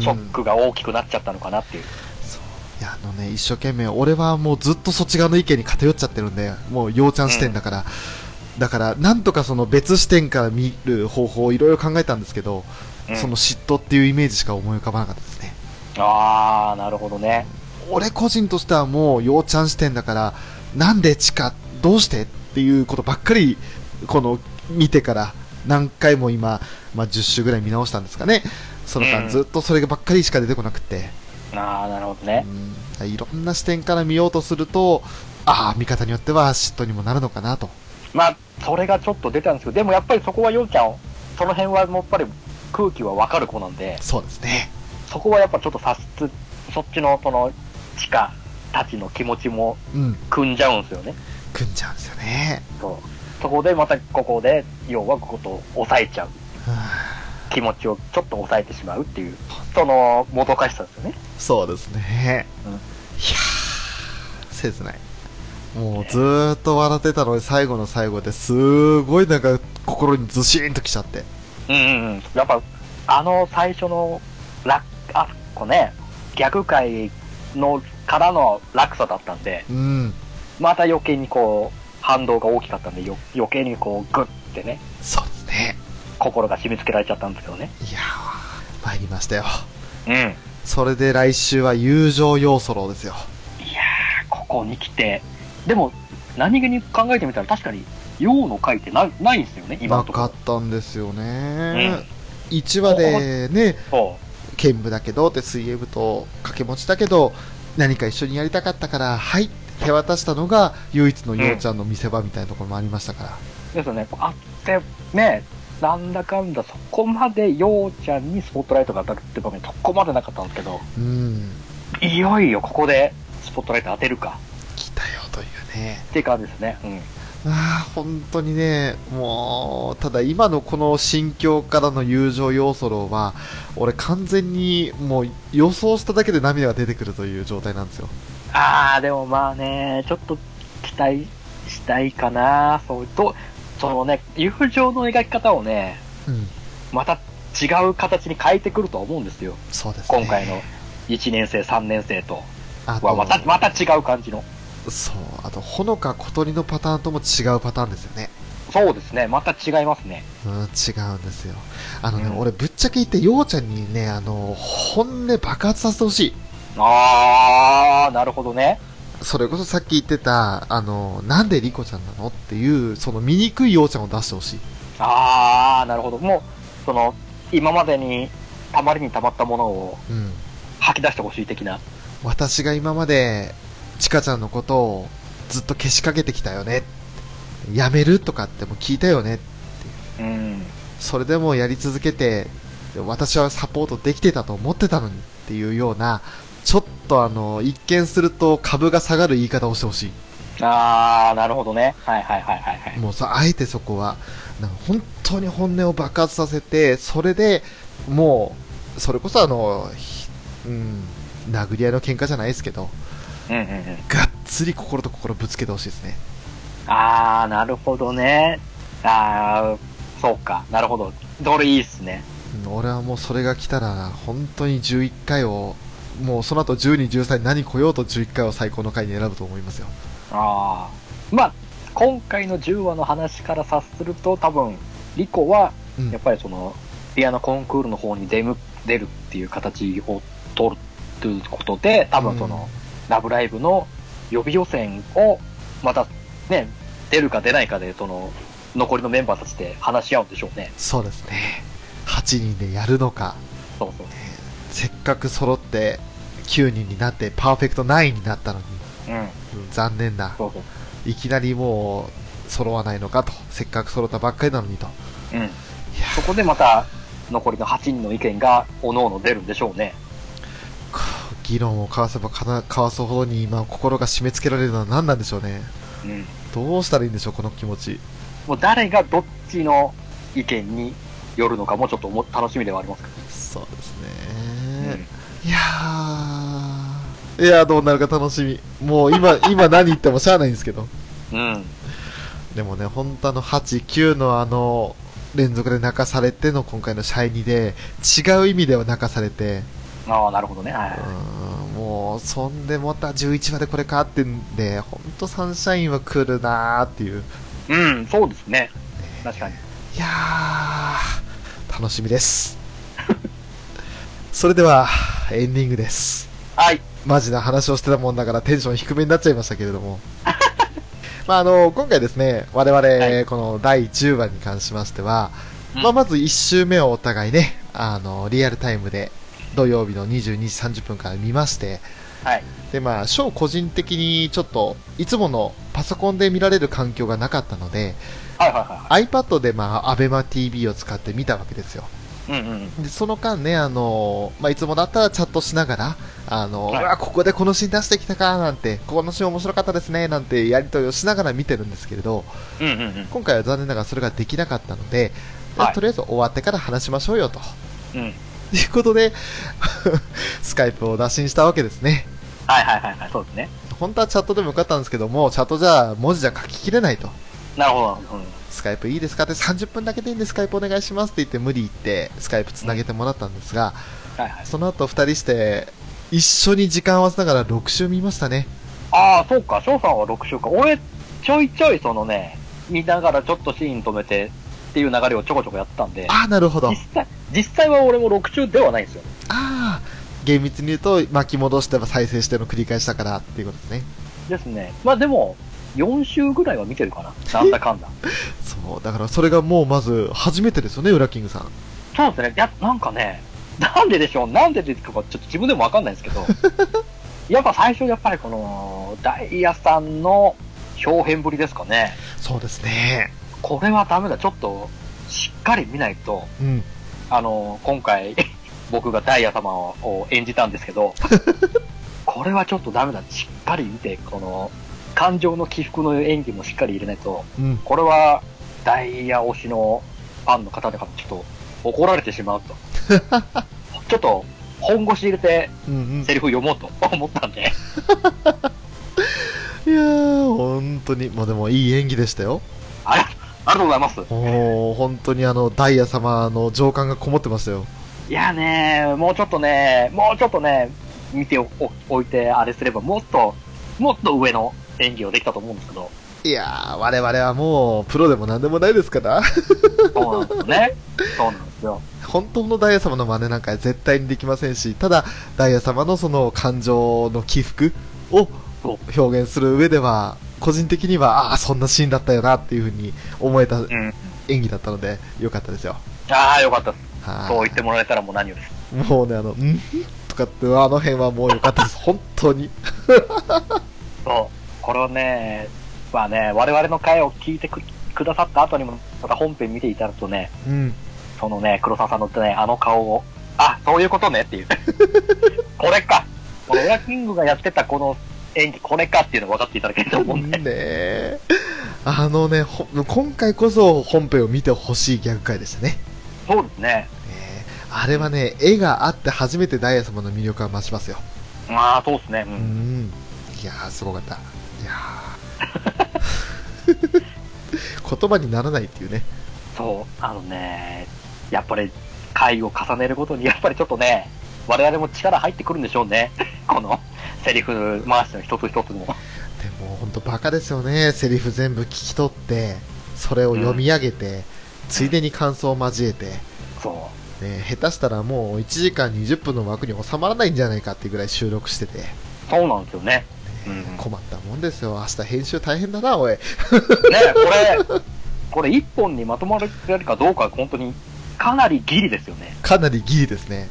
ショックが大きくなっちゃったのかなっていう。いやあのね一生懸命俺はもうずっとそっち側の意見に偏っちゃってるんでもうようちゃん視点だから、だからなんとかその別視点から見る方法をいろいろ考えたんですけど、うんその嫉妬っていうイメージしか思い浮かばなかったですねああ、なるほどね。俺個人としてはもう、ようちゃん視点だから、なんで地下、どうしてっていうことばっかり、この、見てから、何回も今、まあ、10週ぐらい見直したんですかね。その間、うんずっとそればっかりしか出てこなくて、ああ、なるほどね。うんいろんな視点から見ようとすると、ああ、見方によっては嫉妬にもなるのかなと。まあ、それがちょっと出たんですけど、でもやっぱりそこはようちゃん、その辺はもうやっぱり空気はわかる子なんで、そうですね。そこはやっぱちょっと察す、そっちのその、地下たちの気持ちもうん、組んじゃうんですよね。組んじゃうんですよね。そう。そこでまたここで、要はここと抑えちゃう。はあ気持ちをちょっと抑えてしまうっていう、その、もどかしさですよね。そうですね。うんいやー、切ない。もうずーっと笑ってたのに最後の最後ですーごいなんか心にずしーんときちゃって。うんうんうん。やっぱ、あの最初の、楽、あそこね、逆界の、からの落差だったんで、うん。また余計にこう、反動が大きかったんで、よ余計にこう、グッてね、そうですね。心が締め付けられちゃったんですけどね。いやー、参りましたよ。うん。それで来週は友情要素論ですよ。ここに来て、でも、何気に考えてみたら確かに、陽の回ってなないんですよね、な今のとこかろ。ったんですようねん。。 1話でね、そう。剣舞だけどって水泳部と掛け持ちだけど何か一緒にやりたかったからはいって手渡したのが唯一のようちゃんの見せ場みたいなところもありましたから、ですよね、あって、ね、なんだかんだ、そこまでようちゃんにスポットライトが当たるって場面、そこまでなかったんですけど、うん、いよいよここでスポットライト当てるか来たよというねっていう感じですね。うん。ああ本当にねもうただ今のこの心境からの友情要素論は俺完全にもう予想しただけで涙が出てくるという状態なんですよあー、でもまあね、ちょっと期待したいかな、そうと、そのね、友情の描き方をね、うんまた違う形に変えてくるとは思うんですよ。そうですね今回の1年生、3年生とあはとまた、また違う感じの。そうあとほのか小鳥のパターンとも違うパターンですよねそうですね、また違いますね。うん、違うんですよ。あのね、うん俺ぶっちゃけ言って、ようちゃんにね、あの、本音爆発させてほしい。あー、なるほどね。それこそさっき言ってた、あの、なんでリコちゃんなのっていう、その醜いようちゃんを出してほしい。ああ、なるほど。もう、その、今までに、たまりにたまったものをうん。吐き出してほしい的な。私が今まで、ちかちゃんのことをずっとけしかけてきたよね。やめるとかっても聞いたよね。うん。それでもやり続けて、私はサポートできてたと思ってたのにっていうような、ちょっとあの、一見すると株が下がる言い方をしてほしい。ああ、なるほどね。はいはいはいはいはい。もうさ、あえてそこは、なんか本当に本音を爆発させて、それでもう、それこそあの、ひうん、殴り合いの喧嘩じゃないですけど、うんうんうん。がっつり心と心ぶつけてほしいですね。あー、なるほどね。あー、そうか。なるほど。どれいいっすね。うん俺はもうそれが来たら、本当に11回を、もうその後12、13何来ようと11回を最高の回に選ぶと思いますよ。あー。まあ、今回の10話の話から察すると、多分、リコは、うんやっぱりその、ピアノコンクールの方に出む出るっていう形を取るということで、多分その、ラブライブの予備予選を、またね、出るか出ないかで、その、残りのメンバーたちで話し合うんでしょうね。そうですね。8人でやるのか、そうそう。せっかく揃って9人になってパーフェクト9になったのに、うん、うん残念だ。そうそう。いきなりもう揃わないのかと。せっかく揃ったばっかりなのにと。うん。いやそこでまた、残りの8人の意見が、おのおの出るんでしょうね。こう議論を交わせばかな交わすほどに今心が締め付けられるのは何なんでしょうね。うん。どうしたらいいんでしょう、この気持ち。もう誰がどっちの意見によるのかもちょっとおも楽しみではありますけそうですどね。いやー。いやーどうなるか楽しみ。もう今、今何言ってもしゃあないんですけど。うん。うん。でもね、本当あの、8、9のあの、連続で泣かされての今回のシャイニで、違う意味では泣かされて、ああ、なるほどね。はういーん、もう、そんでまた11話でこれかってんで、本当サンシャインは来るなーっていう。うん、そうですね。確かに。いやー、楽しみです。それでは、エンディングです。はい。マジな話をしてたもんだからテンション低めになっちゃいましたけれども。 まあ、あの、今回ですね、我々、はいこの第10話に関しましては、うんまあ、まず1週目をお互いね、あの、リアルタイムで、土曜日の22時30分から見まして、はい。で、まあ、ショー個人的にちょっと、いつものパソコンで見られる環境がなかったので、はいは iPad でまあ、アベマ TV を使って見たわけですよ。いはい。うんうん。でその間ね、あのまあ、いつもだったらチャットしながら、あのはいうわここでこのシーン出してきたかなんて、このシーン面白かったですねなんてやり取りをしながら見てるんですけれど、うんうんうん。今回は残念ながらそれができなかったので、はいとりあえず終わってから話しましょうよと。うん。ということで、 スカイプを打診したわけですね。はいはいはいはい。そうですね。本当はチャットでもよかったんですけども、チャットじゃ文字じゃ書ききれないと。なるほど。うん。スカイプいいですかって30分だけでいいんでスカイプお願いしますって言って無理言ってスカイプつなげてもらったんですが、はいはい。その後二人して、一緒に時間を合わせながら6週見ましたね。ああ、そうか、翔さんは6週間。俺、ちょいちょいそのね、見ながらちょっとシーン止めてっていう流れをちょこちょこやってたんで、ああ、なるほど実。際、実際は俺も6週ではないんですよ。ああ、厳密に言うと巻き戻しては再生しての繰り返しだからっていうことですね。ですね。まあでも、4週ぐらいは見てるかな。なんだかんだ。そう、だからそれがもうまず初めてですよね、ウラキングさん。そうですね。いや、なんかね、なんででしょう、なんででかちょっと自分でもわかんないんですけど、やっぱ最初、やっぱりこの、ダイヤさんの表変ぶりですかね。そうですね。これはダメだ。ちょっと、しっかり見ないと、うん。あの、今回、 僕がダイヤ様を演じたんですけど、これはちょっとダメだ。しっかり見て、この、感情の起伏の演技もしっかり入れないと、うん。これは、ダイヤ推しのファンの方々にちょっと怒られてしまうと。ちょっと、本腰入れてうんうん。いセリフ読もうと 思ったんで、やー、本当に、まあでもいい演技でしたよ。ありありがとうございます。おー、本当にあの、ダイヤ様の情感がこもってましたよ。いやね、もうちょっとね、もうちょっとね、見ておおいてあれすれば、もっと、もっと上の演技をできたと思うんですけど、いやー、我々はもう、プロでも何でもないですから。そうなんですよね。そうなんですよ。 本当のダイヤ様の真似なんか絶対にできませんし、ただ、ダイヤ様のその感情の起伏をそ表現する上では、個人的には、ああ、そんなシーンだったよなっていうふうに思えたうん。演技だったので、良かったですよ。ああ、よかったです。はそう言ってもらえたらもう何よりです。いもうね、あの、んとかって、あの辺はもう良かったです。本当に。そう。これをね、まあね、我々の回を聞いてくくださった後にも、また本編見ていただくとね、うん。そのね、黒沢さんのね、あの顔を、あ、そういうことねっていう。 これか。このウラキングがやってたこの演技、これかっていうの分かっていただけると思うんねで。え。あのね、ほ今回こそ本編を見てほしいギャグ回でしたね。そうですね。えーあれはね、絵があって初めてダイヤ様の魅力が増しますよ。まあ、そうですね。う。うんん。いいやー、すごかった。いやー 言葉にならないっていうね。そう、あのね、やっぱり回を重ねるごとに、やっぱりちょっとね、我々も力入ってくるんでしょうね。 このセリフ回しの一つ一つも。でも、ほんとバカですよね。セリフ全部聞き取って、それを読み上げて、ついでに感想を交えて、そね、下手したらもう1時間20分の枠に収まらないんじゃないかっていうぐらい収録してて、う、そうなんですよね。うん、ね困ったもんですよ。明日編集大変だな、おい。これ、これ一本にまとまれるかどうか、本当にかなりギリですよね。かなりギリですね。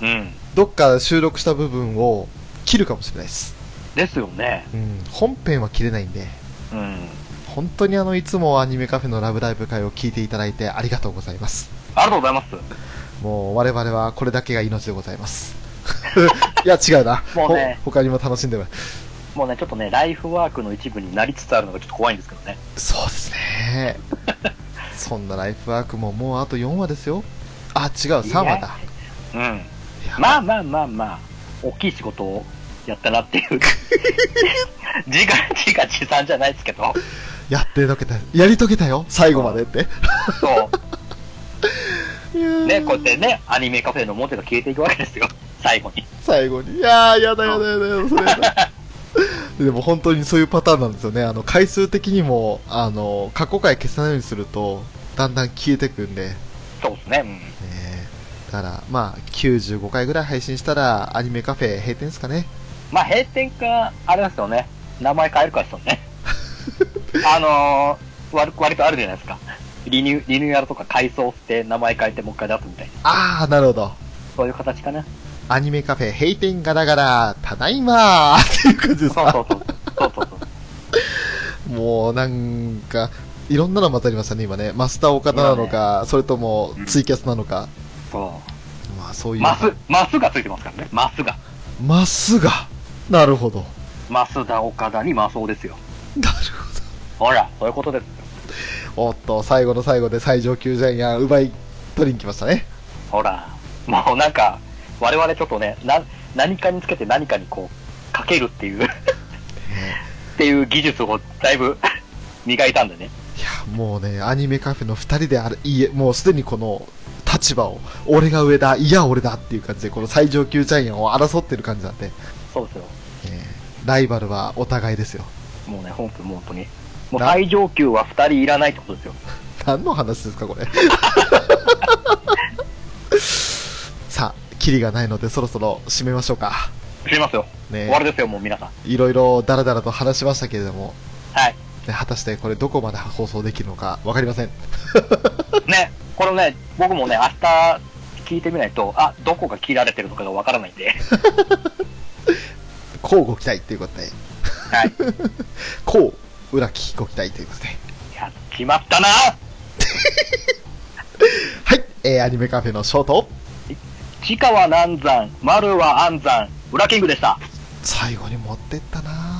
うん。どっか収録した部分を切るかもしれないです。ですよね。うん、本編は切れないんで、うん。本当にあの、いつもアニメカフェのラブライブ会を聞いていただいてありがとうございます。ありがとうございます。もう我々はこれだけが命でござい ます。いや、違うな。もうねほ他にも楽しんでももうね、ちょっとね、ライフワークの一部になりつつあるのがちょっと怖いんですけどね。そうですね。そんなライフワークももうあと4話ですよ。あ、違う、3話だ。うん。いやまあまあまあまあ、大きい仕事をやったなっていう。自画、自画自賛じゃないですけど。やってのけた、やり遂げたよ、最後までって。そいやう。ーね、こうやってね、アニメカフェの文字が消えていくわけですよ。最後に。最後に。いやー、やだやだやだやだ、それや だ。でも本当にそういうパターンなんですよね。あの、回数的にも、あの、過去回消さないようにすると、だんだん消えてくんで、ねそうですね。うん。だから、まあ、95回ぐらい配信したら、アニメカフェ閉店ですかね。まあ、閉店か、あれですよね。名前変えるかですよね。あのー、割割とあるじゃないですか。リニューリニューアルとか改装して名前変えてもう一回出すみたいな。あー、なるほど。そういう形かな。アニメカフェ閉店ガラガラ、ただいまー っていう感じですそうそか。うそう。そうそうそう。もう、なんか、いろんなの混ざりましたね、今ね。マスター岡田なのか、それとも、ツイキャスなのか。そまあ、そうう。いう。マス、マスがついてますからね。マスが。マスが。なるほど。増田岡田にマスオですよ。なるほら、そういうことです。ほど。おっと、最後の最後で最上級ジャイアン奪い取りに来ましたね。ほら、もうなんか、我々ちょっとね、な、何かにつけて何かにこう、かけるっていう、 っていう技術をだいぶ 磨いたんでね。いや、もうね、アニメカフェの二人である、いいえ、もうすでにこの立場を、俺が上だ、いや俺だっていう感じで、この最上級ジャイアンを争ってる感じなんで、そうですよ。えーライバルはお互いですよ。もうね、本当にもう本当に。もうな最上級は二人いらないってことですよ。何の話ですか、これ。 さあ、キリがないので、そろそろ締めましょうか。知りますよ。ね終わりですよ、もう皆さん。いろいろダラダラと話しましたけれども、はい。ね果たしてこれどこまで放送できるのか分かりません。ね、これね、僕もね、明日聞いてみないと、あ、どこが切られてるのかがわからないんで。こうご期待ということで、は い。いこう裏利きご期待ということで。やっちまったなはい、えー、アニメカフェのショート、地下は南山、丸は安山、裏キングでした。最後に持ってったなぁ